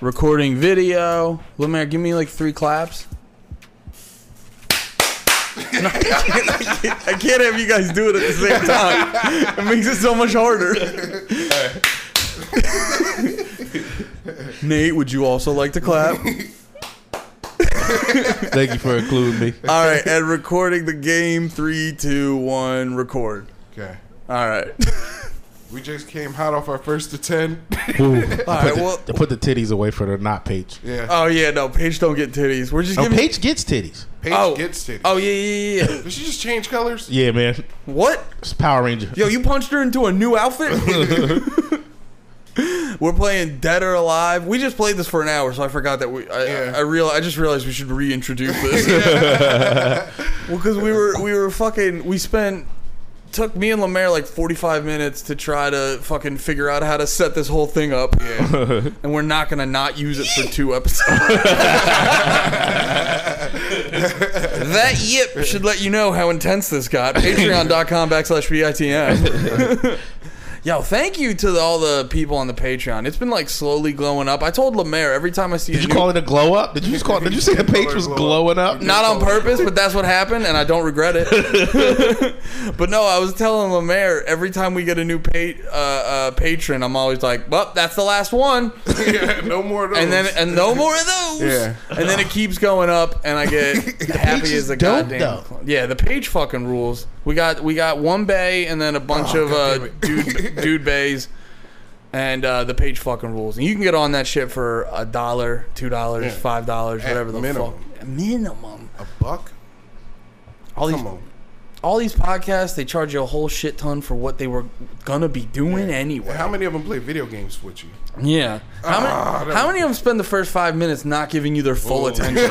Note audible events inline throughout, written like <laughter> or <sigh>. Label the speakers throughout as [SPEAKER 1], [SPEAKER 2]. [SPEAKER 1] recording video. Lumiere, give me like three claps. No, I, can't, I, can't, I can't have you guys do it at the same time. It makes it so much harder. <laughs> Nate, would you also like to clap?
[SPEAKER 2] Thank you for including me.
[SPEAKER 1] All right, and recording the game. Three, two, one, record.
[SPEAKER 3] Okay.
[SPEAKER 1] All right.
[SPEAKER 3] We just came hot off our first to 10.
[SPEAKER 2] Ooh, I,
[SPEAKER 1] All right.
[SPEAKER 2] put the,
[SPEAKER 1] Well.
[SPEAKER 2] <laughs> I put the titties away for the not Paige.
[SPEAKER 3] Yeah.
[SPEAKER 1] Oh yeah, no. Paige don't get titties. We're just
[SPEAKER 2] No,
[SPEAKER 1] giving.
[SPEAKER 2] Paige gets titties.
[SPEAKER 3] Paige
[SPEAKER 1] oh.
[SPEAKER 3] gets titties.
[SPEAKER 1] Oh yeah, yeah, yeah, yeah.
[SPEAKER 3] Did she just change colors?
[SPEAKER 2] Yeah, man.
[SPEAKER 1] What?
[SPEAKER 2] It's Power Ranger.
[SPEAKER 1] Yo, you punched her into a new
[SPEAKER 3] <laughs>
[SPEAKER 1] outfit? We're playing Dead or Alive. We just played this for an hour, so I forgot that we. I,
[SPEAKER 3] Yeah.
[SPEAKER 1] I, I real. I just realized we should reintroduce this.
[SPEAKER 3] <laughs>
[SPEAKER 1] <laughs> well, because we were we were fucking. We spent took me and Lemaire like forty five minutes to try to fucking figure out how to set this whole thing up,
[SPEAKER 3] Yeah.
[SPEAKER 1] and we're not gonna not use it for two episodes. <laughs> that yip should let you know how intense this got. Patreon.com backslash bitm. <laughs> Yo, thank you to the- all the people on the Patreon. It's been like slowly glowing up. I told Lemaire every time I see
[SPEAKER 2] Did
[SPEAKER 1] a
[SPEAKER 2] you
[SPEAKER 1] new-
[SPEAKER 2] call it a glow up? Did you just call? Did you say the Paige was glowing
[SPEAKER 1] <laughs>
[SPEAKER 2] up?
[SPEAKER 1] not on purpose, but that's what happened, and I don't regret it. <laughs> but no, I was telling Lemaire every time we get a new pa- uh, uh, patron, I'm always like, "Well, that's the last one."
[SPEAKER 3] <laughs> yeah. No more of those.
[SPEAKER 1] and then uh, and no more of those.
[SPEAKER 3] Yeah.
[SPEAKER 1] And then it keeps going up, and I
[SPEAKER 3] <laughs>
[SPEAKER 1] get happy
[SPEAKER 2] page
[SPEAKER 1] as
[SPEAKER 2] is
[SPEAKER 1] a
[SPEAKER 2] dope,
[SPEAKER 1] goddamn.
[SPEAKER 2] though.
[SPEAKER 1] Yeah, the page fucking rules. We got we got one bay and then a bunch
[SPEAKER 3] Oh,
[SPEAKER 1] of uh, dude dude bays, and uh, the page fucking rules. And you can get on that shit for a dollar, two dollars,
[SPEAKER 3] Yeah.
[SPEAKER 1] five dollars,
[SPEAKER 3] At
[SPEAKER 1] whatever the
[SPEAKER 3] minimum.
[SPEAKER 1] fuck minimum.
[SPEAKER 3] a buck?
[SPEAKER 1] All these
[SPEAKER 3] Come on.
[SPEAKER 1] all these podcasts they charge you a whole shit ton for what they were gonna be doing anyway.
[SPEAKER 3] How many of them play video games
[SPEAKER 1] <laughs>
[SPEAKER 3] with you?
[SPEAKER 1] Yeah. How many,
[SPEAKER 3] Ah, that
[SPEAKER 1] how
[SPEAKER 3] was-
[SPEAKER 1] many of them spend the first five minutes not giving you their full
[SPEAKER 3] Ooh.
[SPEAKER 1] attention?
[SPEAKER 2] <laughs>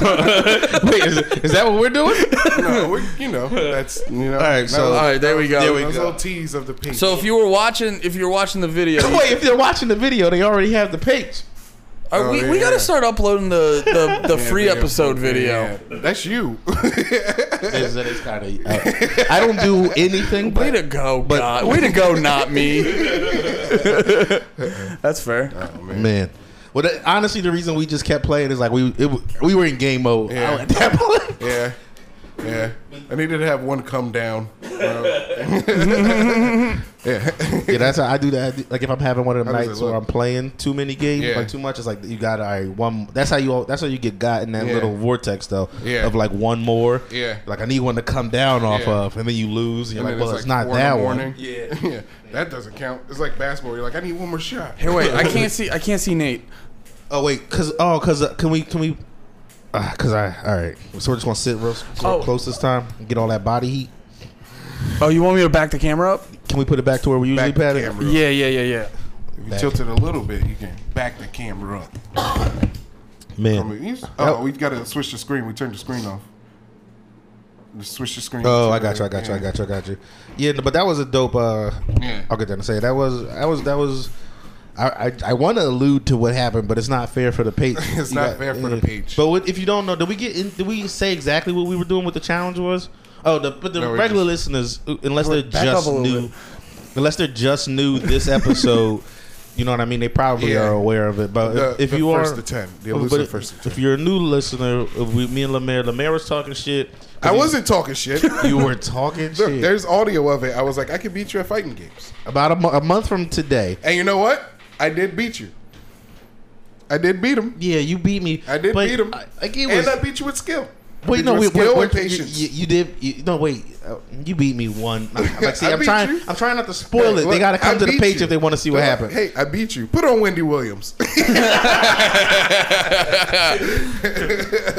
[SPEAKER 2] Wait, is, is that what we're <laughs> doing?
[SPEAKER 3] No, we, you know, that's, you know. All
[SPEAKER 2] right, so-
[SPEAKER 1] All right, there we go.
[SPEAKER 2] There we
[SPEAKER 3] Those
[SPEAKER 2] go.
[SPEAKER 3] little tease of the pink.
[SPEAKER 1] So if you were watching, if you're watching the video,
[SPEAKER 2] Wait, if they're watching the video, they already have the Paige.
[SPEAKER 1] are, we,
[SPEAKER 3] Oh,
[SPEAKER 1] we
[SPEAKER 3] yeah.
[SPEAKER 1] gotta start uploading the
[SPEAKER 3] <laughs>
[SPEAKER 1] the, the
[SPEAKER 3] Yeah,
[SPEAKER 1] free
[SPEAKER 3] video.
[SPEAKER 1] episode video.
[SPEAKER 3] Yeah. That's you. <laughs>
[SPEAKER 2] It's- it's kinda, uh, <laughs> I don't do anything.
[SPEAKER 1] Way
[SPEAKER 2] But
[SPEAKER 1] to go, God! Way to go, not
[SPEAKER 3] <laughs>
[SPEAKER 1] me. That's fair.
[SPEAKER 2] man. Well, that, honestly, the reason we just kept playing is like we it, w- we were in game mode
[SPEAKER 3] Yeah.
[SPEAKER 2] at that point.
[SPEAKER 3] yeah. Yeah. I needed to have one come down.
[SPEAKER 1] <laughs>
[SPEAKER 3] <laughs>
[SPEAKER 2] Yeah, that's how I do that. I do- Like if I'm having one of the
[SPEAKER 3] How does
[SPEAKER 2] nights
[SPEAKER 3] it look?
[SPEAKER 2] where I'm playing too many games,
[SPEAKER 3] Yeah.
[SPEAKER 2] like too much, it's like you got all right, one. That's how you. all- That's how you get got in that
[SPEAKER 3] Yeah.
[SPEAKER 2] little vortex though.
[SPEAKER 3] Yeah.
[SPEAKER 2] Of like one more.
[SPEAKER 3] Yeah.
[SPEAKER 2] Like I need one to come down off
[SPEAKER 3] Yeah.
[SPEAKER 2] of, and then you lose. And you're
[SPEAKER 3] And
[SPEAKER 2] like,
[SPEAKER 3] then
[SPEAKER 2] well, it's, not
[SPEAKER 3] like four in the
[SPEAKER 2] that
[SPEAKER 3] morning.
[SPEAKER 2] one.
[SPEAKER 3] Yeah. <laughs> yeah. That doesn't count. It's like basketball. You're like, I need one more shot.
[SPEAKER 1] Here, wait. I can't see. I can't see Nate.
[SPEAKER 2] Oh wait, cause oh, cause uh, can we can we? Uh, cause I all right. So we're just gonna sit real, s- real
[SPEAKER 1] Oh.
[SPEAKER 2] close this time and get all that body heat.
[SPEAKER 1] Oh, you want me to back the camera up?
[SPEAKER 2] Can we put it back to where we usually
[SPEAKER 3] Back the
[SPEAKER 2] pat it?
[SPEAKER 3] camera.
[SPEAKER 1] Yeah, yeah, yeah, yeah.
[SPEAKER 3] If you tilt it a little bit, you can back the camera up. I mean,
[SPEAKER 2] Man.
[SPEAKER 3] you- oh, we got to switch the screen. We turned the screen off. Just switch the screen.
[SPEAKER 2] Oh,
[SPEAKER 3] to-
[SPEAKER 2] I got you. I got you. I
[SPEAKER 3] yeah.
[SPEAKER 2] got you. I got you. Yeah, no, but that was a dope. uh
[SPEAKER 3] Yeah.
[SPEAKER 2] I'll get down and say it. that was that was that was. I I, I want to allude to what happened, but it's not fair for the page.
[SPEAKER 3] <laughs> It's
[SPEAKER 2] You
[SPEAKER 3] not fair for the page.
[SPEAKER 2] But what, if you don't know, did we get? In, did we say exactly what we were doing? What the challenge was? Oh, the, but the
[SPEAKER 3] No, we
[SPEAKER 2] regular listeners, unless they're
[SPEAKER 1] back up
[SPEAKER 2] just
[SPEAKER 1] a little
[SPEAKER 2] new,
[SPEAKER 1] bit.
[SPEAKER 2] unless they're just new this episode, <laughs> you know what I mean. They probably
[SPEAKER 3] Yeah.
[SPEAKER 2] are aware of it. But
[SPEAKER 3] The-
[SPEAKER 2] if, if
[SPEAKER 3] the
[SPEAKER 2] you
[SPEAKER 3] first
[SPEAKER 2] are
[SPEAKER 3] to 10, the
[SPEAKER 2] but
[SPEAKER 3] elusive
[SPEAKER 2] if-
[SPEAKER 3] first to
[SPEAKER 2] if you're a new listener, if we, me and Lemaire, Lemaire was talking shit.
[SPEAKER 3] I wasn't talking
[SPEAKER 2] <laughs>
[SPEAKER 3] shit.
[SPEAKER 2] You were talking
[SPEAKER 3] Look,
[SPEAKER 2] shit
[SPEAKER 3] there's audio of it. I was like, I could beat you at fighting games.
[SPEAKER 2] about a, mo- a month from today.
[SPEAKER 3] And you know what? I did beat you. I did beat him.
[SPEAKER 2] Yeah, you beat me.
[SPEAKER 3] I did
[SPEAKER 2] but
[SPEAKER 3] beat him.
[SPEAKER 2] I- Like it was,
[SPEAKER 3] And I beat you with skill. I
[SPEAKER 2] Wait,
[SPEAKER 3] beat
[SPEAKER 2] no,
[SPEAKER 3] you
[SPEAKER 2] wait,
[SPEAKER 3] with skill
[SPEAKER 2] wait, wait,
[SPEAKER 3] and patience.
[SPEAKER 2] You, you did. You, no, wait. Uh, you beat me one.
[SPEAKER 3] <laughs>
[SPEAKER 2] I'm like, see,
[SPEAKER 3] I
[SPEAKER 2] I'm
[SPEAKER 3] beat
[SPEAKER 2] trying.
[SPEAKER 3] you.
[SPEAKER 2] I'm trying not to spoil it.
[SPEAKER 3] Look,
[SPEAKER 2] they got to
[SPEAKER 3] I
[SPEAKER 2] come to the
[SPEAKER 3] beat
[SPEAKER 2] page
[SPEAKER 3] you.
[SPEAKER 2] if they want to see what
[SPEAKER 3] They're like,
[SPEAKER 2] happened.
[SPEAKER 3] Hey, I beat you. Put on Wendy Williams.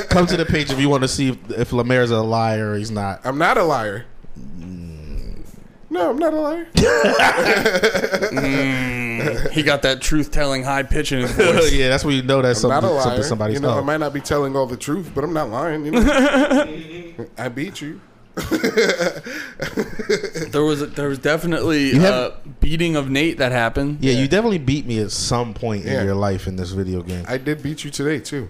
[SPEAKER 2] Come to the page if you want to see if, if Lemaire's a liar or he's
[SPEAKER 3] <laughs>
[SPEAKER 2] not.
[SPEAKER 3] I'm not a liar. No, I'm not a liar. Mm.
[SPEAKER 1] He got that truth telling high pitch
[SPEAKER 3] <laughs>
[SPEAKER 1] in his voice.
[SPEAKER 2] yeah, that's when you know that's
[SPEAKER 3] not
[SPEAKER 2] something,
[SPEAKER 3] a liar.
[SPEAKER 2] something somebody's
[SPEAKER 3] you know, I
[SPEAKER 2] done.
[SPEAKER 3] might not be telling all the truth, but I'm not lying. You know? I beat you.
[SPEAKER 1] There was a, there was definitely
[SPEAKER 2] You have-
[SPEAKER 1] uh, beating of Nate that happened.
[SPEAKER 2] Yeah, you definitely beat me at some point
[SPEAKER 3] Yeah.
[SPEAKER 2] in your life in this video game.
[SPEAKER 3] I did beat you today too.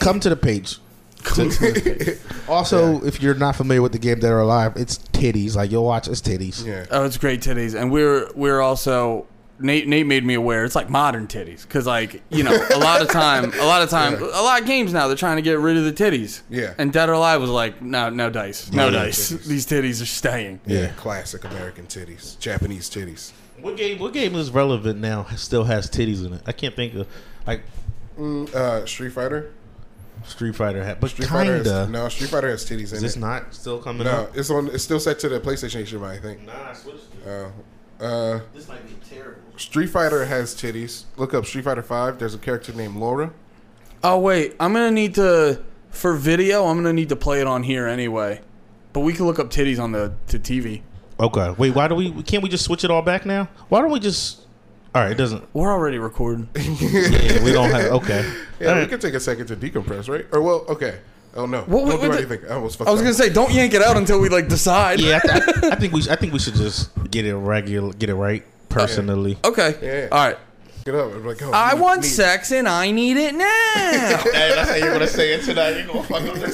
[SPEAKER 2] Come to the page. <laughs> Also, if you're not familiar with the game that are
[SPEAKER 1] Uh,
[SPEAKER 2] alive, it's titties. Like you'll watch, it's titties.
[SPEAKER 3] Yeah.
[SPEAKER 1] Oh, it's great titties, and we're we're also Nate Nate made me aware. It's like modern titties, because like you know, a lot of time, a lot of <laughs> time, a lot of games now they're trying to get rid of the titties.
[SPEAKER 3] Yeah.
[SPEAKER 1] And Dead or Alive was like, no, no dice, no,
[SPEAKER 2] No
[SPEAKER 1] dice. <laughs> These titties are staying.
[SPEAKER 2] Yeah.
[SPEAKER 3] Classic American titties, Japanese titties.
[SPEAKER 2] What game? What game is relevant now? Still has titties in it. I can't think of like
[SPEAKER 3] Mm, uh, Street Fighter.
[SPEAKER 2] Street Fighter had, but
[SPEAKER 3] Street Fighter.
[SPEAKER 2] kinda.
[SPEAKER 3] Has, no, Street Fighter has
[SPEAKER 2] Is
[SPEAKER 3] titties in
[SPEAKER 2] this
[SPEAKER 3] it.
[SPEAKER 2] not still coming
[SPEAKER 3] no,
[SPEAKER 2] up?
[SPEAKER 3] it's on. It's still set to the PlayStation Shima, I think.
[SPEAKER 2] Nah, I switched.
[SPEAKER 3] Uh, uh,
[SPEAKER 2] This might be terrible.
[SPEAKER 3] Street Fighter has titties. Look up Street Fighter Five. There's a character named Laura.
[SPEAKER 1] Oh wait, I'm gonna need to for video. I'm gonna need to play it on here anyway. But we can look up titties on the to TV.
[SPEAKER 2] Okay, wait. Why do we? Can't we just switch it all back now? Why don't we just? All right, it doesn't.
[SPEAKER 1] We're already recording.
[SPEAKER 2] Yeah, we don't
[SPEAKER 3] <laughs>
[SPEAKER 2] have. Okay.
[SPEAKER 3] Yeah,
[SPEAKER 2] All
[SPEAKER 3] we
[SPEAKER 2] right.
[SPEAKER 3] can take a second to decompress, right? Or well, okay. Oh no,
[SPEAKER 1] What-
[SPEAKER 3] don't
[SPEAKER 1] what-
[SPEAKER 3] do
[SPEAKER 1] what-
[SPEAKER 3] anything. I almost
[SPEAKER 1] <laughs>
[SPEAKER 3] fucked
[SPEAKER 1] I was
[SPEAKER 3] up.
[SPEAKER 1] gonna say, don't yank it out until we like decide.
[SPEAKER 2] Yeah, I, th- I think we. Sh- I think we should just get it regular. Get it right. Personally,
[SPEAKER 1] Okay.
[SPEAKER 3] Yeah.
[SPEAKER 1] All right.
[SPEAKER 3] Get up. I'm like, oh,
[SPEAKER 1] I
[SPEAKER 3] you
[SPEAKER 1] want
[SPEAKER 3] need-
[SPEAKER 1] sex and I need it <laughs> now.
[SPEAKER 2] that's how you're gonna say it tonight. You're gonna fuck up the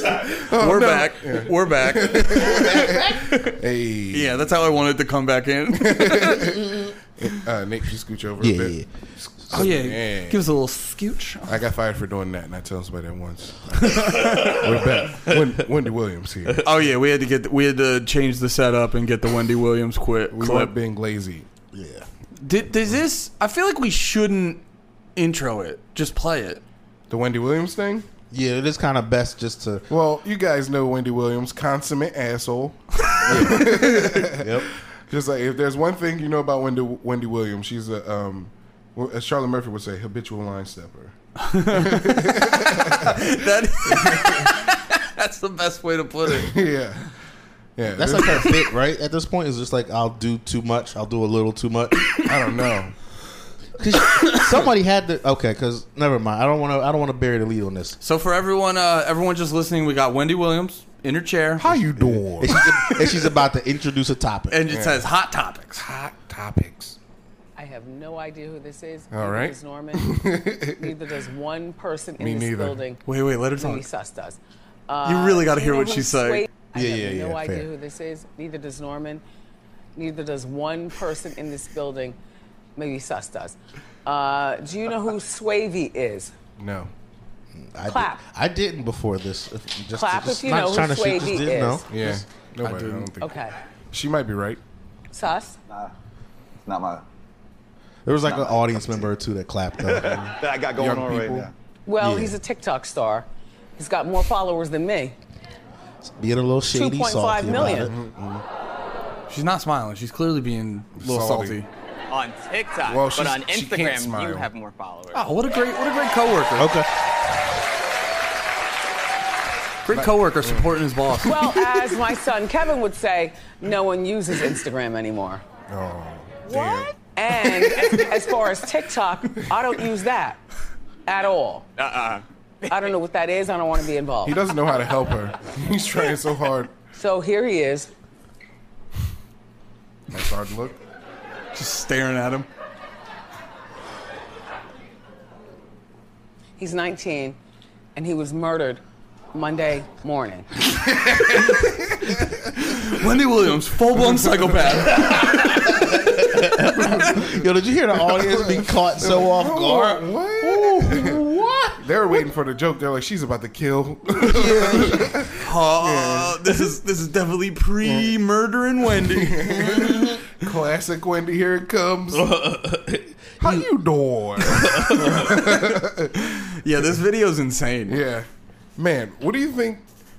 [SPEAKER 2] time.
[SPEAKER 1] We're back. We're <laughs> back.
[SPEAKER 3] Hey,
[SPEAKER 1] yeah, that's how I wanted to come back in.
[SPEAKER 3] uh, Nate, you scooch over a
[SPEAKER 2] Yeah,
[SPEAKER 3] bit.
[SPEAKER 2] yeah.
[SPEAKER 1] <laughs> oh yeah.
[SPEAKER 3] Yeah.
[SPEAKER 1] Give us a little scooch.
[SPEAKER 3] I got fired for doing that, and I tell somebody
[SPEAKER 1] <laughs>
[SPEAKER 3] at once. We're back. Wen- Wendy Williams here.
[SPEAKER 1] Oh yeah, we had to get we had to change the setup and get the Wendy Williams quit
[SPEAKER 3] We
[SPEAKER 1] clip.
[SPEAKER 3] weren't being lazy.
[SPEAKER 2] yeah.
[SPEAKER 1] Did, does this? I feel like we shouldn't intro it. Just play it.
[SPEAKER 3] The Wendy Williams thing?
[SPEAKER 2] Yeah, it is kind of best just to.
[SPEAKER 3] Well, you guys know Wendy Williams, consummate asshole.
[SPEAKER 2] Yep.
[SPEAKER 3] Just like if there's one thing you know about Wendy, Wendy Williams, she's a, um, well, as Charlotte Murphy would say, habitual line stepper.
[SPEAKER 1] <laughs>
[SPEAKER 3] <laughs>
[SPEAKER 1] <laughs> That that's the best way to put it.
[SPEAKER 3] yeah, yeah.
[SPEAKER 2] That's
[SPEAKER 3] this-
[SPEAKER 2] like her fit, right? At this point, it's just like I'll do too much. I'll do a little too much.
[SPEAKER 3] I don't know.
[SPEAKER 2] 'Cause somebody had to. Okay, because never mind. I don't want to. I don't want to bury the lead on this.
[SPEAKER 1] So for everyone, uh, everyone just listening, we got Wendy Williams in her chair,
[SPEAKER 3] How you doing?
[SPEAKER 2] And she's, and she's about to introduce a topic.
[SPEAKER 1] and it says hot topics.
[SPEAKER 3] Hot topics.
[SPEAKER 4] I have no idea who this is.
[SPEAKER 3] All
[SPEAKER 4] Neither
[SPEAKER 3] right.
[SPEAKER 4] does Norman. neither does one person in
[SPEAKER 3] Me
[SPEAKER 4] this
[SPEAKER 3] neither.
[SPEAKER 4] building.
[SPEAKER 1] Wait, wait, let her
[SPEAKER 4] Maybe
[SPEAKER 1] talk.
[SPEAKER 4] Sus does.
[SPEAKER 1] You really got to
[SPEAKER 4] do
[SPEAKER 1] hear
[SPEAKER 4] know
[SPEAKER 1] what
[SPEAKER 4] who
[SPEAKER 1] she's
[SPEAKER 4] Sway-
[SPEAKER 1] saying.
[SPEAKER 4] I
[SPEAKER 2] Yeah,
[SPEAKER 4] have
[SPEAKER 2] yeah,
[SPEAKER 4] no
[SPEAKER 2] yeah,
[SPEAKER 4] idea
[SPEAKER 2] fair.
[SPEAKER 4] who this is. Neither does Norman. Neither does one person in this building. Maybe Sus does. Uh, do you know who Swavey is?
[SPEAKER 3] No.
[SPEAKER 2] I,
[SPEAKER 4] clap.
[SPEAKER 2] Did, I didn't before this. If- Just,
[SPEAKER 4] Clap
[SPEAKER 2] just
[SPEAKER 4] if you
[SPEAKER 2] not
[SPEAKER 4] know who
[SPEAKER 2] trying to shoot,
[SPEAKER 4] Sway
[SPEAKER 2] just
[SPEAKER 4] Lee
[SPEAKER 2] didn't
[SPEAKER 4] is.
[SPEAKER 2] know.
[SPEAKER 3] Yeah. Nobody. I, don't think.
[SPEAKER 4] Okay.
[SPEAKER 3] She might be right.
[SPEAKER 4] Sus?
[SPEAKER 5] Nah, it's not my
[SPEAKER 2] There was like an audience member or two that clapped.
[SPEAKER 4] <laughs>
[SPEAKER 2] Though.
[SPEAKER 5] that I got going
[SPEAKER 3] Young
[SPEAKER 5] on right
[SPEAKER 3] people.
[SPEAKER 5] now.
[SPEAKER 4] Well,
[SPEAKER 2] Yeah.
[SPEAKER 4] he's a TikTok star. He's got more followers than me.
[SPEAKER 2] Being a little shady,
[SPEAKER 4] 2.5
[SPEAKER 2] salty about
[SPEAKER 4] million.
[SPEAKER 2] it.
[SPEAKER 1] She's not smiling. She's clearly being a little salty.
[SPEAKER 3] Salty.
[SPEAKER 6] on TikTok,
[SPEAKER 3] Well,
[SPEAKER 6] but
[SPEAKER 3] she's-
[SPEAKER 6] on
[SPEAKER 3] she can't
[SPEAKER 6] Instagram, you
[SPEAKER 3] smile.
[SPEAKER 6] have more followers.
[SPEAKER 1] Oh, what a great, what a great coworker.
[SPEAKER 2] Okay.
[SPEAKER 1] Great coworker supporting his boss.
[SPEAKER 4] Well, as my son Kevin would say, no one uses Instagram anymore.
[SPEAKER 3] Oh.
[SPEAKER 4] What? And as far as TikTok, I don't use that at all. Uh-uh. I don't know what that is. I don't want to be
[SPEAKER 3] He
[SPEAKER 4] involved.
[SPEAKER 3] doesn't know how to help her. <laughs> He's trying so hard.
[SPEAKER 4] So here he is.
[SPEAKER 3] Nice hard look.
[SPEAKER 1] <laughs> Just staring at him.
[SPEAKER 4] He's 19, and he was murdered Monday morning.
[SPEAKER 1] Wendy Williams, full
[SPEAKER 3] <laughs>
[SPEAKER 1] blown psychopath.
[SPEAKER 2] Yo, did you hear the audience being caught so off guard?
[SPEAKER 3] What? <laughs> They were waiting for the joke. They're like, she's about to kill. <laughs>
[SPEAKER 1] Uh, this is this is definitely pre murdering Wendy.
[SPEAKER 3] <laughs> Classic Wendy, here it comes. How you doing? <laughs>
[SPEAKER 1] Yeah, this video's insane.
[SPEAKER 3] yeah, man. What do you think?